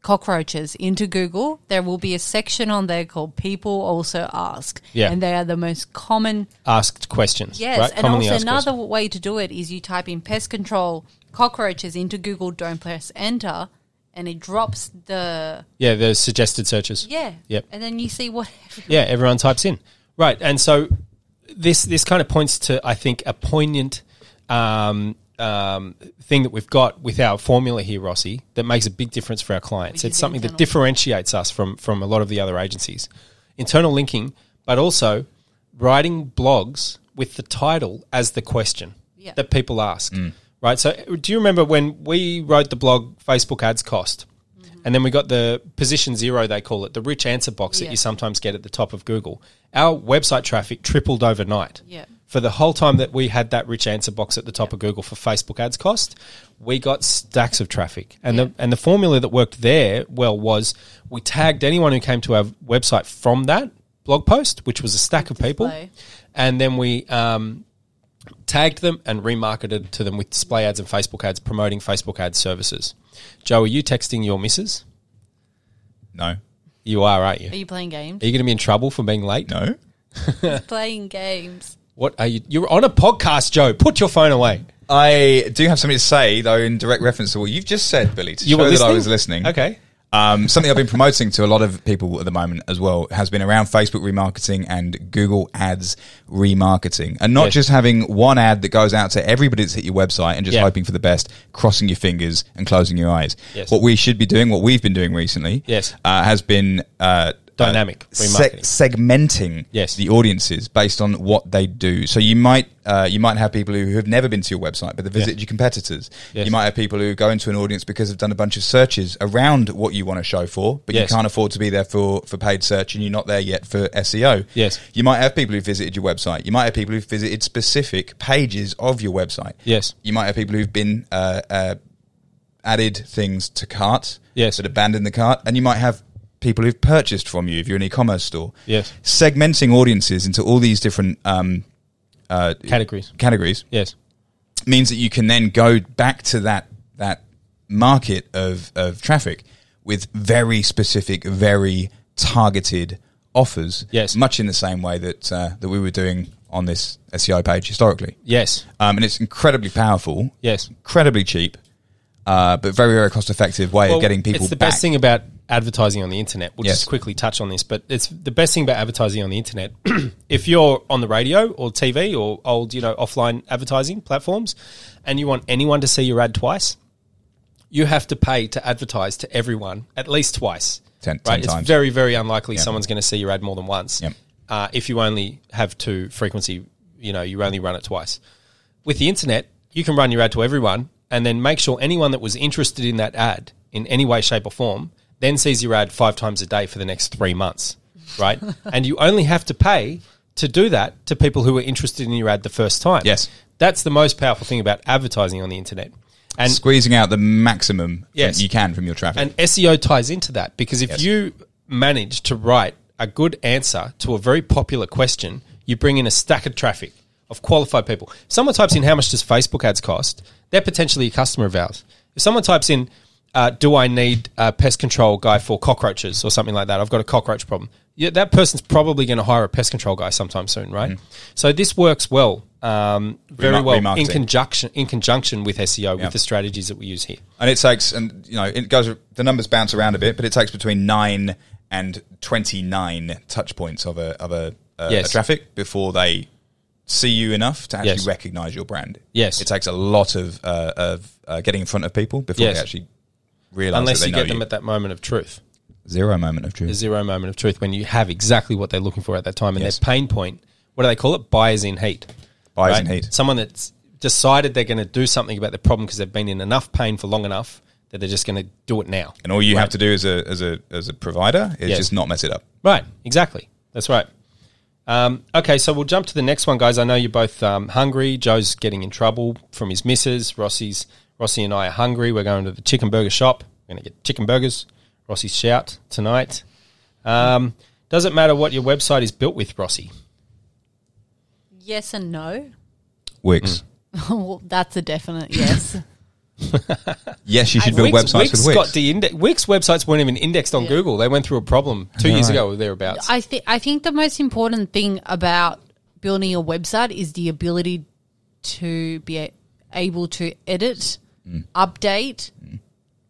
S3: cockroaches into Google, there will be a section on there called People Also Ask,
S2: Yeah.
S3: and they are the most common.
S2: asked questions.
S3: Yes,
S2: right?
S3: and also another way to do it is you type in pest control cockroaches into Google, don't press enter, and it drops the
S2: Yeah, the suggested searches.
S3: yeah,
S2: Yep.
S3: and then you see what.
S2: Yeah, everyone types in. Right, and so this this kind of points to I think a poignant um, um, thing that we've got with our formula here, Rossi, that makes a big difference for our clients.
S3: Which
S2: it's
S3: is
S2: something that
S3: internal.
S2: differentiates us from from a lot of the other agencies. Internal linking, but also writing blogs with the title as the question
S3: Yeah.
S2: that people ask. Right. So, do you remember when we wrote the blog "Facebook Ads Cost"?
S3: Mm-hmm.
S2: And then we got the position zero, they call it, the rich answer box that
S3: Yeah.
S2: you sometimes get at the top of Google. Our website traffic tripled overnight.
S3: Yeah.
S2: For the whole time that we had that rich answer box at the top of Google for Facebook ads cost, we got stacks of traffic. And the and the formula that worked there well was we tagged anyone who came to our website from that blog post, which was a stack of people,
S3: Display.
S2: and then we um, tagged them and remarketed to them with display ads and Facebook ads promoting Facebook ad services. Joe, are you texting your missus?
S4: No,
S2: You are, aren't you?
S3: Are you playing games?
S2: Are you going to be in trouble for being late?
S4: no.
S3: playing games.
S2: What are you? You're on a podcast, Joe. Put your phone away.
S4: I do have something to say though in direct reference to what you've just said, Billy. To
S2: You
S4: show
S2: were
S4: that I
S2: listening?
S4: was listening.
S2: Okay.
S4: Um, something I've been promoting to a lot of people at the moment as well has been around Facebook remarketing and Google Ads remarketing, and not
S2: Yes.
S4: just having one ad that goes out to everybody that's hit your website and just
S2: Yeah.
S4: hoping for the best, crossing your fingers and closing your eyes.
S2: Yes.
S4: What we should be doing, what we've been doing recently,
S2: Yes.
S4: uh, has been uh,
S2: Dynamic
S4: uh,
S2: remarketing.
S4: se- segmenting
S2: Yes.
S4: the audiences based on what they do. So you might uh, you might have people who have never been to your website, but they visit
S2: Yeah.
S4: your competitors.
S2: Yes.
S4: You might have people who go into an audience because they've done a bunch of searches around what you want to show for, but
S2: Yes.
S4: you can't afford to be there for for paid search, and you're not there yet for SEO.
S2: Yes.
S4: you might have people who visited your website. You might have people who visited specific pages of your website.
S2: Yes.
S4: you might have people who've been. Uh, uh, added things to cart
S2: Yes.
S4: that abandoned the cart and you might have people who've purchased from you if you're an e-commerce store.
S2: Yes.
S4: Segmenting audiences into all these different um, uh,
S2: Categories.
S4: categories
S2: Yes.
S4: means that you can then go back to that that market of of traffic with very specific, very targeted offers.
S2: Yes.
S4: much in the same way that uh, that we were doing on this SEO page historically.
S2: Yes.
S4: Um, and it's incredibly powerful,
S2: Yes.
S4: incredibly cheap, uh, but very very cost effective way
S2: Well,
S4: of getting people.
S2: It's the
S4: back.
S2: best thing about advertising on the internet. We'll
S4: Yes.
S2: just quickly touch on this, but it's the best thing about advertising on the internet. if you're on the radio or TV or old, you know, offline advertising platforms, and you want anyone to see your ad twice, you have to pay to advertise to everyone at least twice.
S4: Ten-
S2: right?
S4: ten
S2: it's
S4: times.
S2: very very unlikely someone's going to see your ad more than once.
S4: Yep.
S2: Uh, if you only have two frequency, you know, you only run it twice with the internet, you can run your ad to everyone and then make sure anyone that was interested in that ad in any way, shape, or form then sees your ad five times a day for the next three months, right? and you only have to pay to do that to people who were interested in your ad the first time.
S4: Yes.
S2: That's the most powerful thing about advertising on the internet. And
S4: Squeezing out the maximum that
S2: Yes.
S4: you can from your traffic.
S2: and SEO E ties into that because if
S4: Yes.
S2: you manage to write a good answer to a very popular question, you bring in a stack of traffic of qualified people. If someone types in how much does Facebook ads cost, they're potentially a customer of ours. If someone types in uh, do I need a pest control guy for cockroaches or something like that? I've got a cockroach problem. Yeah, that person's probably going to hire a pest control guy sometime soon, right? So this works well, um, very
S4: Mm-hmm. Remar-
S2: well in
S4: remarketing.
S2: conjunction in conjunction with SEO
S4: Yeah.
S2: with the strategies that we use here.
S4: and it takes and you know it goes the numbers bounce around a bit but it takes between 9 and 29 touch points of a of a, uh,
S2: Yes.
S4: a traffic before they see you enough to actually
S2: Yes.
S4: recognize your brand
S2: Yes.
S4: it takes a lot of uh, of uh, getting in front of people before
S2: Yes.
S4: they actually realize
S2: Unless
S4: that they
S2: you
S4: know
S2: get them
S4: you.
S2: at that moment of truth.
S4: zero moment of
S2: a
S4: truth
S2: zero moment of truth when you have exactly what they're looking for at that time and
S4: Yes.
S2: their pain point. What do they call it? Buyers in heat.
S4: Buyers in heat.
S2: Someone that's decided they're going to do something about the problem because they've been in enough pain for long enough that they're just going to do it now.
S4: and all you have to do as a as a as a provider is
S2: Yes.
S4: just not mess it up
S2: Right. Exactly. That's right. Um, okay, so we'll jump to the next one, guys. I know you're both um, hungry. Joe's getting in trouble from his missus. Rossi's Rossi and I are hungry. We're going to the chicken burger shop. We're going to get chicken burgers. Rossi's shout tonight. Um, doesn't matter what your website is built with, Rossi.
S3: Yes and no.
S2: Mm.
S4: wix
S3: well, that's a definite yes.
S4: yes you should build
S2: Wix-
S4: websites
S2: Wix
S4: with wix
S2: got de-inde- Wix websites weren't even indexed on Google. They went through a problem two years
S4: right.
S2: ago or thereabouts.
S3: I think I think the most important thing about building a website is the ability to be a- able to edit,
S4: Mm.
S3: update,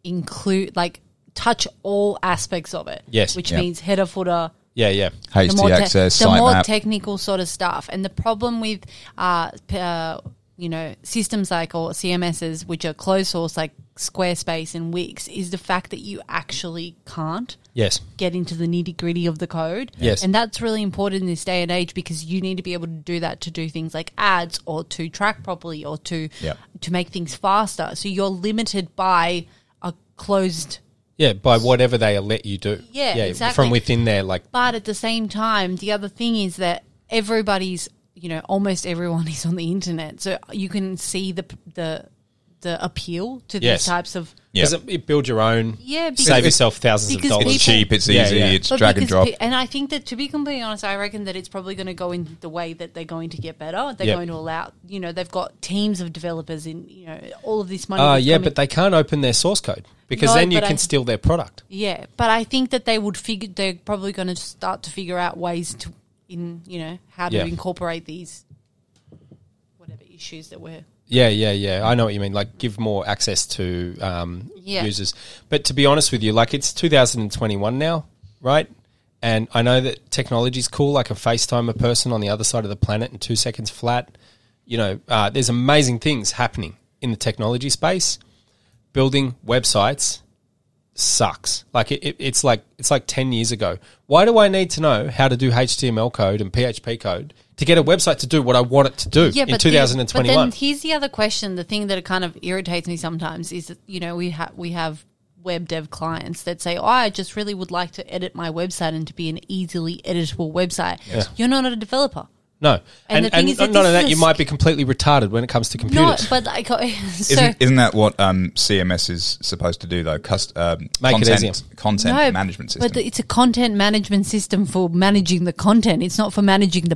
S3: include like touch all aspects of it.
S2: Yes.
S3: which
S4: Yeah.
S3: means header, footer,
S2: yeah, yeah.
S3: the more,
S4: HT
S3: te-
S4: access
S3: the more
S4: sitemap
S3: technical sort of stuff. And the problem with, uh, p- uh, you know, systems like or CMSs, which are closed source like Squarespace and Wix, is the fact that you actually can't
S2: Yes.
S3: get into the nitty gritty of the code.
S2: Yes.
S3: And that's really important in this day and age because you need to be able to do that to do things like ads or to track properly or to
S4: Yeah.
S3: to make things faster. So you're limited by a closed
S2: Yeah, by whatever they let you do.
S3: Yeah, exactly.
S2: From within there, like,
S3: But at the same time, the other thing is that everybody's, you know, almost everyone is on the internet, so you can see the the the appeal to
S2: Yes.
S3: these types of
S4: Yeah.
S2: yeah. it build your own.
S3: yeah. Because,
S2: save yourself thousands of
S3: because
S2: dollars.
S3: people-
S4: it's cheap it's
S2: Yeah,
S4: easy
S2: yeah.
S4: it's
S3: but
S4: drag and
S3: because
S4: drop
S3: pe- and I think that to be completely honest, I reckon that it's probably going to go in the way that they're going to get better. They're
S2: Yep.
S3: going to allow, you know, they've got teams of developers in, you know, all of this money.
S2: Uh,
S3: that's
S2: yeah,
S3: coming-
S2: but they can't open their source code because
S3: No,
S2: then you
S3: but
S2: can
S3: I-
S2: steal their product.
S3: yeah, but I think that they would figure. They're probably going to start to figure out ways to, in you know, how to
S2: Yeah.
S3: incorporate these whatever issues that were.
S2: Yeah, yeah, yeah. I know what you mean. Like, give more access to um,
S3: Yeah.
S2: users. But to be honest with you, like, it's 2021 now, right? And I know that technology's cool. I can FaceTime a person on the other side of the planet in two seconds flat. You know, uh, there's amazing things happening in the technology space. Building websites sucks. Like it, it, it's like it's like ten years ago. Why do I need to know how to do HTML code and PHP code to get a website to do what I want it to do
S3: Yeah,
S2: in
S3: but the- but
S2: 2021?
S3: then here's the other question. The thing that kind of irritates me sometimes is that you know we have we have web dev clients that say, "Oh, I just really would like to edit my website and to be an easily editable website." You're not a developer.
S2: No,
S3: And
S2: and,
S3: the thing
S2: and,
S3: is that
S2: not only
S3: this
S2: that, you
S3: is-
S2: might be completely retarded when it comes to computers.
S3: No, but like, so
S4: Isn't, isn't that what um, CMS is supposed to do though? Cust- um,
S2: Make it
S4: content,
S2: easier.
S4: content
S3: No,
S4: management system.
S3: But the- it's a content management system for managing the content. It's not for managing the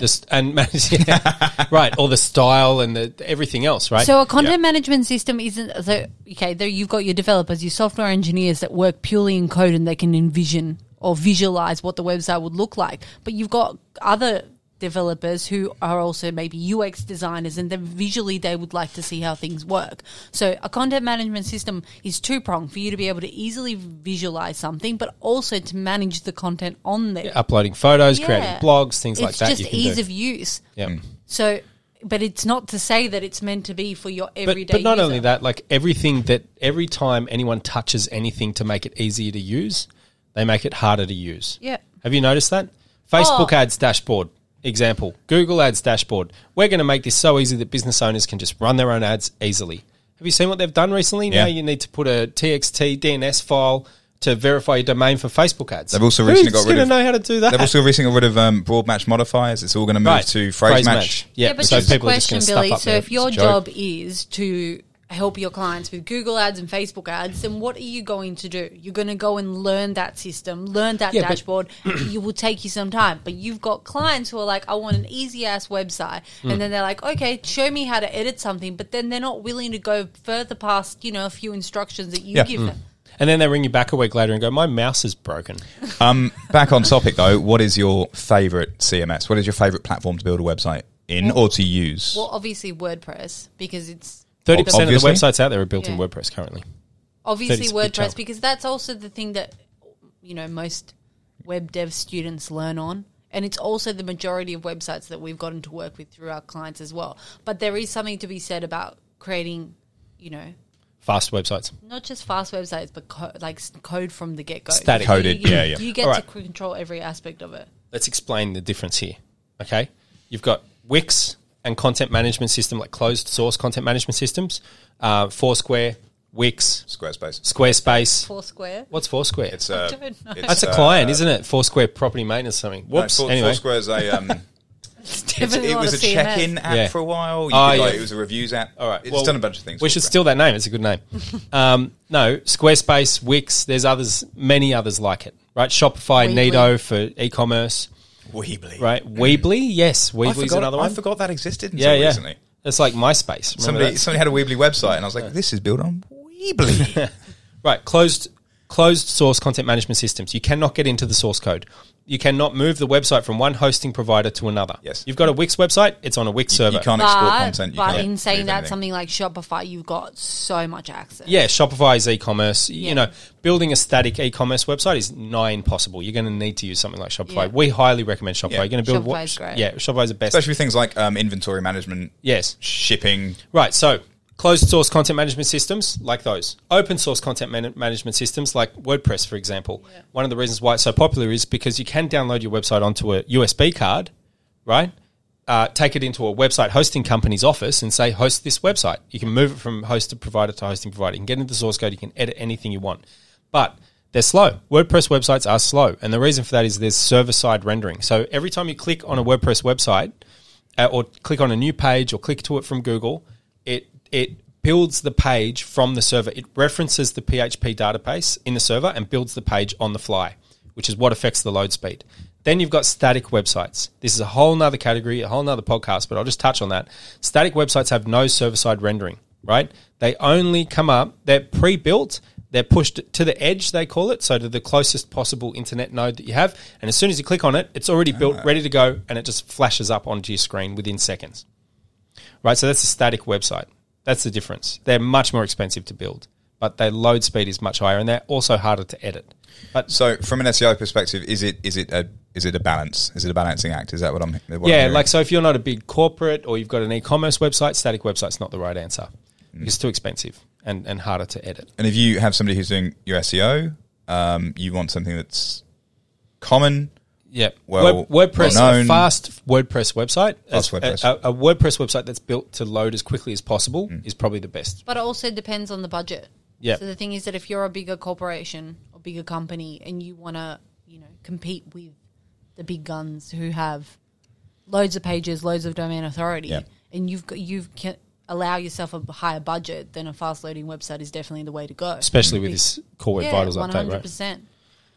S2: just and manage, yeah. right, all the style and the everything else, right?
S3: So a content
S4: Yeah.
S3: management system isn't so okay. There you've got your developers, your software engineers that work purely in code and they can envision or visualize what the website would look like. But you've got other developers who are also maybe UX designers and then visually they would like to see how things work. So a content management system is two pronged for you to be able to easily visualize something but also to manage the content on there.
S2: uploading photos,
S3: Yeah.
S2: creating blogs, things
S3: it's
S2: like that.
S3: just
S2: you can
S3: ease
S2: do.
S3: of use.
S2: yeah.
S3: So, but it's not to say that it's meant to be for your
S2: But,
S3: everyday.
S2: but not
S3: user.
S2: only that, like everything that every time anyone touches anything to make it easier to use, they make it harder to use.
S3: Yeah.
S2: Have you noticed that? Facebook
S3: Oh.
S2: ads dashboard example, Google ads dashboard. We're going to make this so easy that business owners can just run their own ads easily. Have you seen what they've done recently?
S4: Yeah.
S2: Now you need to put a TXT DNS file to verify your domain for Facebook ads.
S4: They've also recently got rid
S2: going to
S4: of-
S2: know how to do that.
S4: They've also recently got rid of um, broad match modifiers. It's all going to move
S2: Right.
S4: to phrase, match.
S2: Yeah,
S3: Yeah, but
S2: so
S3: just a
S2: people are just
S3: question,
S2: going to
S3: Billy.
S2: stuff up
S3: So,
S2: their-
S3: if your
S4: It's a joke.
S3: job is to help your clients with Google ads and Facebook ads, then what are you going to do? You're going to go and learn that system, learn that
S2: Yeah, but-
S3: dashboard. you will take you some time, but you've got clients who are like, "I want an easy ass website,"
S2: Hmm.
S3: and then they're like, "Okay, show me how to edit something," but then they're not willing to go further past you know a few instructions that you
S4: Yeah.
S2: Hmm.
S3: give them.
S2: and then they ring you back a week later and go, "My mouse is broken."
S4: Um, back on topic though, what is your favorite CMS? What is your favorite platform to build a website in or to use?
S3: Well, obviously WordPress because it's
S2: Thirty percent of the
S4: Obviously.
S2: websites out there are built in
S3: Yeah.
S2: WordPress currently.
S3: obviously
S2: That's a good
S3: WordPress
S2: job.
S3: because that's also the thing that you know most web dev students learn on. And it's also the majority of websites that we've gotten to work with through our clients as well. But there is something to be said about creating, you know,
S2: Fast websites.
S3: not just fast websites, but co- like s- code from the get go.
S2: Static.
S4: Coded, yeah, yeah.
S3: You get
S2: All
S3: to
S2: right.
S3: c- control every aspect of it.
S2: Let's explain the difference here. Okay, you've got Wix and content management system, like closed source content management systems, uh, Foursquare, Wix,
S4: Squarespace.
S2: Squarespace.
S3: Foursquare.
S2: What's Foursquare?
S4: It's uh, a.
S3: don't know.
S2: That's a client, isn't it? Square Property Maintenance something. Whoops. anyway,
S4: Foursquare is a. Um,
S3: It's
S4: it's,
S3: definitely
S4: it
S3: not
S4: was a
S3: CMS.
S4: check-in app
S2: Yeah.
S4: for a while. You
S2: Oh,
S4: could,
S2: yeah.
S4: like, it was a reviews app.
S2: All right,
S4: it's
S2: well,
S4: done a bunch of things.
S2: We should
S4: Foursquare.
S2: steal that name. It's a good name. um, no, Squarespace, Wix. There's others, many others like it. Right, Shopify,
S3: Weebly.
S2: Nido for e-commerce.
S4: Weebly.
S2: Right, Weebly. Yes,
S4: I
S2: Weebly's
S4: forgot,
S2: another one.
S4: I forgot that existed until
S2: Yeah, yeah.
S4: recently.
S2: It's like MySpace. Remember
S4: Somebody,
S2: that?
S4: somebody had a Weebly website, and I was like, "This is built on Weebly."
S2: Right, closed closed source content management systems. You cannot get into the source code. You cannot move the website from one hosting provider to another.
S4: Yes.
S2: You've got a Wix website, it's on a Wix server.
S4: you can't explore
S3: But,
S4: content. You
S3: but
S4: can't
S3: in saying
S4: move
S3: that,
S4: anything.
S3: something like Shopify, you've got so much access.
S2: yeah, Shopify is e-commerce.
S3: Yeah.
S2: You know, building a static e-commerce website is nigh impossible. You're going to need to use something like Shopify.
S3: Yeah.
S2: We highly recommend Shopify.
S4: Yeah.
S2: You're going to build
S3: Shopify's great.
S2: Yeah, Shopify's the best.
S4: especially with things like um, inventory management,
S2: yes.
S4: shipping.
S2: Right. So closed source content management systems like those, open source content man- management systems like WordPress, for example. One of the reasons why it's so popular is because you can download your website onto a USB card, right? Uh, take it into a website hosting company's office and say, host this website. You can move it from host to provider to hosting provider. You can get into the source code. You can edit anything you want. But they're slow. WordPress websites are slow. And the reason for that is there's server side rendering. So every time you click on a WordPress website, uh, or click on a new page or click to it from Google, it it builds the page from the server. It references the PHP database in the server and builds the page on the fly, which is what affects the load speed. Then you've got static websites. This is a whole nother category, a whole nother podcast, but I'll just touch on that. Static websites have no server side rendering, right? They only come up, they're pre built, they're pushed to the edge, they call it, so to the closest possible internet node that you have. And as soon as you click on it, it's already built, ready to go, and it just flashes up onto your screen within seconds. Right? So that's a static website. That's the difference. They're much more expensive to build, but their load speed is much higher and they're also harder to edit. But
S4: So, from an SEO perspective, is it is it a is it a balance? Is it a balancing act? Is that what I'm? What I'm
S2: yeah,
S4: hearing?
S2: like so if you're not a big corporate or you've got an e commerce website, static website's not the right answer. It's too expensive and, and harder to edit.
S4: And if you have somebody who's doing your SEO, um, you want something that's common.
S2: Yeah.
S4: Well-
S2: Web- WordPress,
S4: well
S2: a
S4: known.
S2: fast WordPress website,
S4: Fast
S2: a-
S4: WordPress. Mm.
S2: A, a WordPress website that's built to load as quickly as possible is probably the best.
S3: But it also depends on the budget.
S2: Yeah.
S3: So the thing is that if you're a bigger corporation or bigger company and you want to, you know, compete with the big guns who have loads of pages, loads of domain authority,
S4: Yeah.
S3: and you've got you can allow yourself a higher budget, then a fast loading website is definitely the way to go.
S2: especially with this Core Web Vitals update, right?
S3: percent.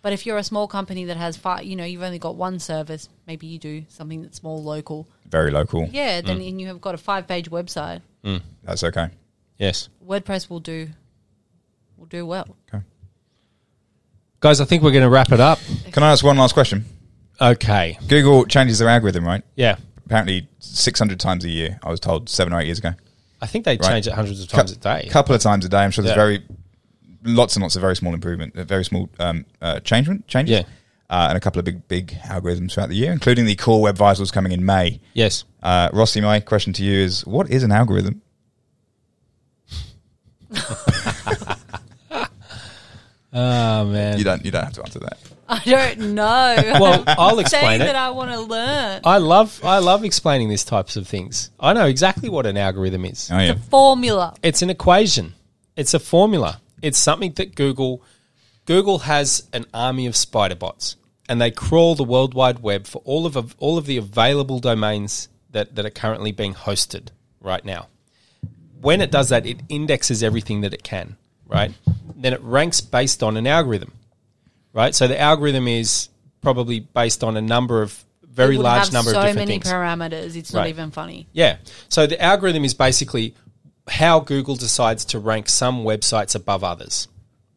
S3: But if you're a small company that has five, you know, you've only got one service, maybe you do something that's small, local.
S4: Very local.
S3: Yeah, then
S2: Mm.
S3: and you have got a five page website.
S4: That's okay.
S2: Yes.
S3: WordPress will do will do well.
S4: Okay.
S2: Guys, I think we're going to wrap it up.
S4: Can I ask one last question?
S2: Okay.
S4: Google changes their algorithm, right?
S2: Yeah.
S4: Apparently, 600 times a year. I was told seven or eight years ago.
S2: I think they change it hundreds of times
S4: Cou-
S2: a day.
S4: couple of times a day. I'm sure there's
S2: Yeah.
S4: very lots and lots of very small improvement, uh, very small um, uh, changement changes,
S2: Yeah.
S4: uh, and a couple of big big algorithms throughout the year, including the core web vitals coming in May.
S2: Yes.
S4: Uh, Rossi, my question to you is: What is an algorithm?
S2: Oh man.
S4: You don't you don't have to answer that.
S3: I don't know.
S2: Well, I'll
S3: saying
S2: explain
S3: that
S2: it. Oh,
S3: I want to learn
S2: I love I love explaining these types of things. I know exactly what an algorithm is.
S4: Oh yeah,
S3: the formula.
S2: It's an equation. It's a formula. It's something that Google Google has an army of spider bots and they crawl the world wide web for all of all of the available domains that, that are currently being hosted right now. When it does that, it indexes everything that it can, right? Then it ranks based on an algorithm. Right? So the algorithm is probably based on a number of very
S3: It would
S2: large
S3: have
S2: number
S3: so
S2: of different
S3: many
S2: things.
S3: parameters. It's
S2: Right.
S3: not even funny.
S2: Yeah. So the algorithm is basically how Google decides to rank some websites above others,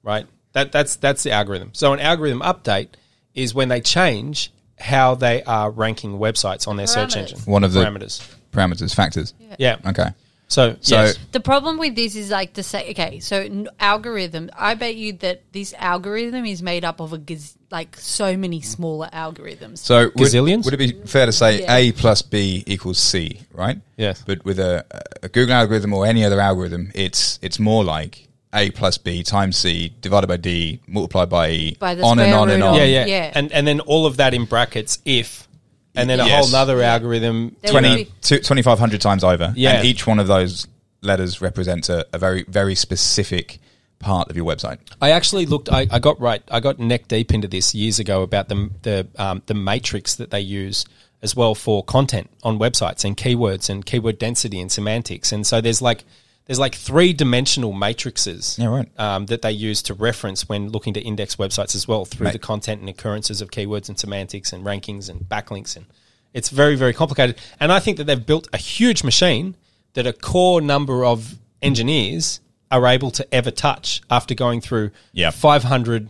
S2: right? That, that's that's the algorithm. So an algorithm update is when they change how they are ranking websites on their search
S3: Parameters.
S2: engine.
S4: One of the-
S2: parameters.
S4: parameters, factors.
S2: Yeah.
S4: Okay,
S2: So,
S4: So-
S2: yes.
S3: The problem with this is like the say okay, so n- algorithm. I bet you that this algorithm is made up of a giz- like so many smaller algorithms.
S4: so would,
S2: Gazillions?
S4: Would it be fair to say
S3: Yeah.
S4: A plus B equals C? Right.
S2: Yes.
S4: But with a, a Google algorithm or any other algorithm, it's it's more like A plus B times C divided by D multiplied by E
S3: By the
S4: on and
S3: square
S4: on and
S3: root of-
S4: on.
S2: yeah, yeah,
S3: Yeah.
S2: And and then all of that in brackets if and then a
S4: Yes.
S2: whole other algorithm
S3: There would
S4: Twenty
S3: be-
S4: two- 2,500 times over.
S2: Yeah.
S4: And each one of those letters represents a, a very, very specific part of your website.
S2: I actually looked. I, I got right. I got neck deep into this years ago about the the um, the matrix that they use as well for content on websites and keywords and keyword density and semantics. And so there's like there's like three dimensional matrices.
S4: Yeah, right.
S2: Um, that they use to reference when looking to index websites as well through the content and occurrences of keywords and semantics and rankings and backlinks and it's very very complicated. And I think that they've built a huge machine that a core number of engineers are able to ever touch after going through
S4: Yeah.
S2: 500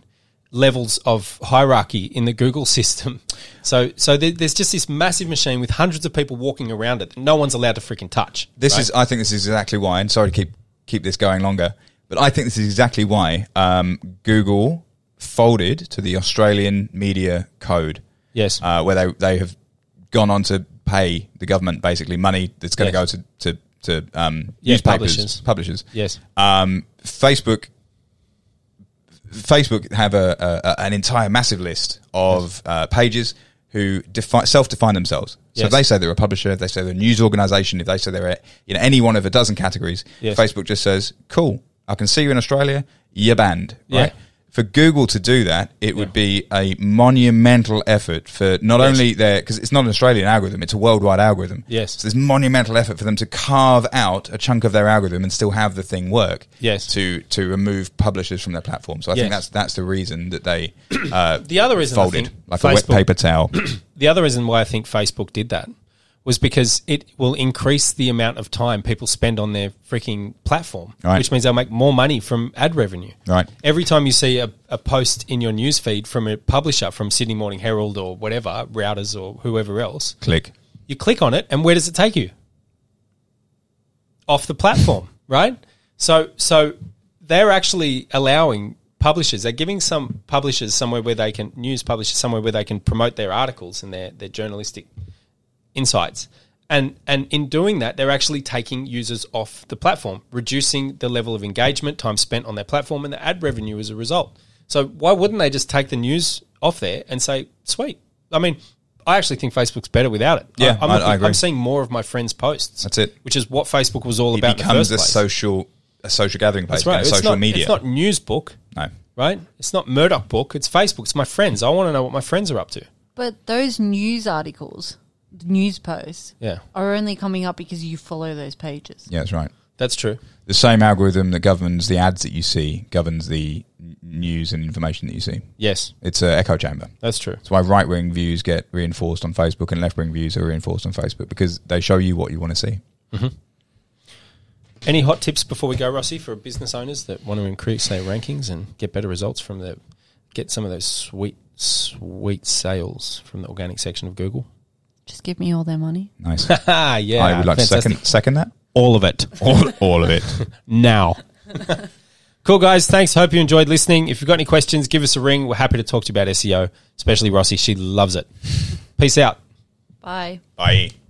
S2: levels of hierarchy in the Google system. So so there, there's just this massive machine with hundreds of people walking around it that no one's allowed to freaking touch.
S4: This is, I think, this is exactly why. And sorry to keep keep this going longer, but I think this is exactly why um, Google folded to the Australian Media Code.
S2: Yes.
S4: uh, where they they have gone on to pay the government basically money that's going
S2: Yes.
S4: to go to to to um,
S2: Yeah,
S4: newspapers,
S2: publishers.
S4: publishers.
S2: Yes.
S4: Um, Facebook. Facebook have a, a a- an entire massive list of uh, pages who defi- self-define themselves. So
S2: Yes.
S4: if they say they're a publisher, if they say they're a news organization, if they say they're a, you know any one of a dozen categories,
S2: Yes.
S4: Facebook just says, "Cool, I can see you in Australia. You're banned." Right?
S2: Yeah.
S4: For Google to do that, it would be a monumental effort for not only their because it's not an Australian algorithm; it's a worldwide algorithm.
S2: Yes.
S4: so there's monumental effort for them to carve out a chunk of their algorithm and still have the thing work.
S2: Yes.
S4: to to remove publishers from their platform. So I
S2: Yes.
S4: think that's that's the reason that they uh,
S2: The other reason I
S4: folded
S2: think
S4: like a wet
S2: Facebook-
S4: paper towel.
S2: the other reason why I think Facebook did that was because it will increase the amount of time people spend on their freaking platform,
S4: Right.
S2: which means they'll make more money from ad revenue.
S4: Right.
S2: Every time you see a, a post in your newsfeed from a publisher, from Sydney Morning Herald or whatever, Routers or whoever else,
S4: Click.
S2: you click on it, and where does it take you? Off the platform, right? So, so they're actually allowing publishers. They're giving some publishers somewhere where they can news publishers somewhere where they can promote their articles and their their journalistic insights. And and in doing that, they're actually taking users off the platform, reducing the level of engagement, time spent on their platform, and the ad revenue as a result. So why wouldn't they just take the news off there and say, "Sweet"? I mean, I actually think Facebook's better without it.
S4: Yeah,
S2: I, am
S4: I- I agree.
S2: am seeing more of my friends' posts.
S4: That's it.
S2: Which is what Facebook was all
S4: It
S2: about. in the
S4: becomes
S2: first
S4: a
S2: place.
S4: social a social gathering place,
S2: That's right.
S4: and a
S2: It's
S4: social
S2: not,
S4: media.
S2: It's not news book,
S4: no,
S2: right? It's not Murdoch book. It's Facebook. It's my friends. I want to know what my friends are up to.
S3: But those news articles news posts
S2: Yeah,
S3: are only coming up because you follow those pages.
S4: Yeah, that's right.
S2: that's true.
S4: The same algorithm that governs the ads that you see governs the n- news and information that you see.
S2: Yes,
S4: It's an echo chamber.
S2: that's true.
S4: That's why right wing views get reinforced on Facebook and left wing views are reinforced on Facebook because they show you what you want to see.
S2: Any hot tips before we go, Rossi, for business owners that want to increase their rankings and get better results from the get some of those sweet sweet sales from the organic section of Google?
S3: Just give me all their money.
S4: Nice.
S2: Ah, yeah,
S4: I would like
S2: fantastic.
S4: to second second that.
S2: all of it.
S4: All, all of it.
S2: now. cool, guys. Thanks. Hope you enjoyed listening. If you've got any questions, give us a ring. We're happy to E talk to you about SEO, especially Rossi. She loves it. Peace out.
S3: Bye.
S4: Bye.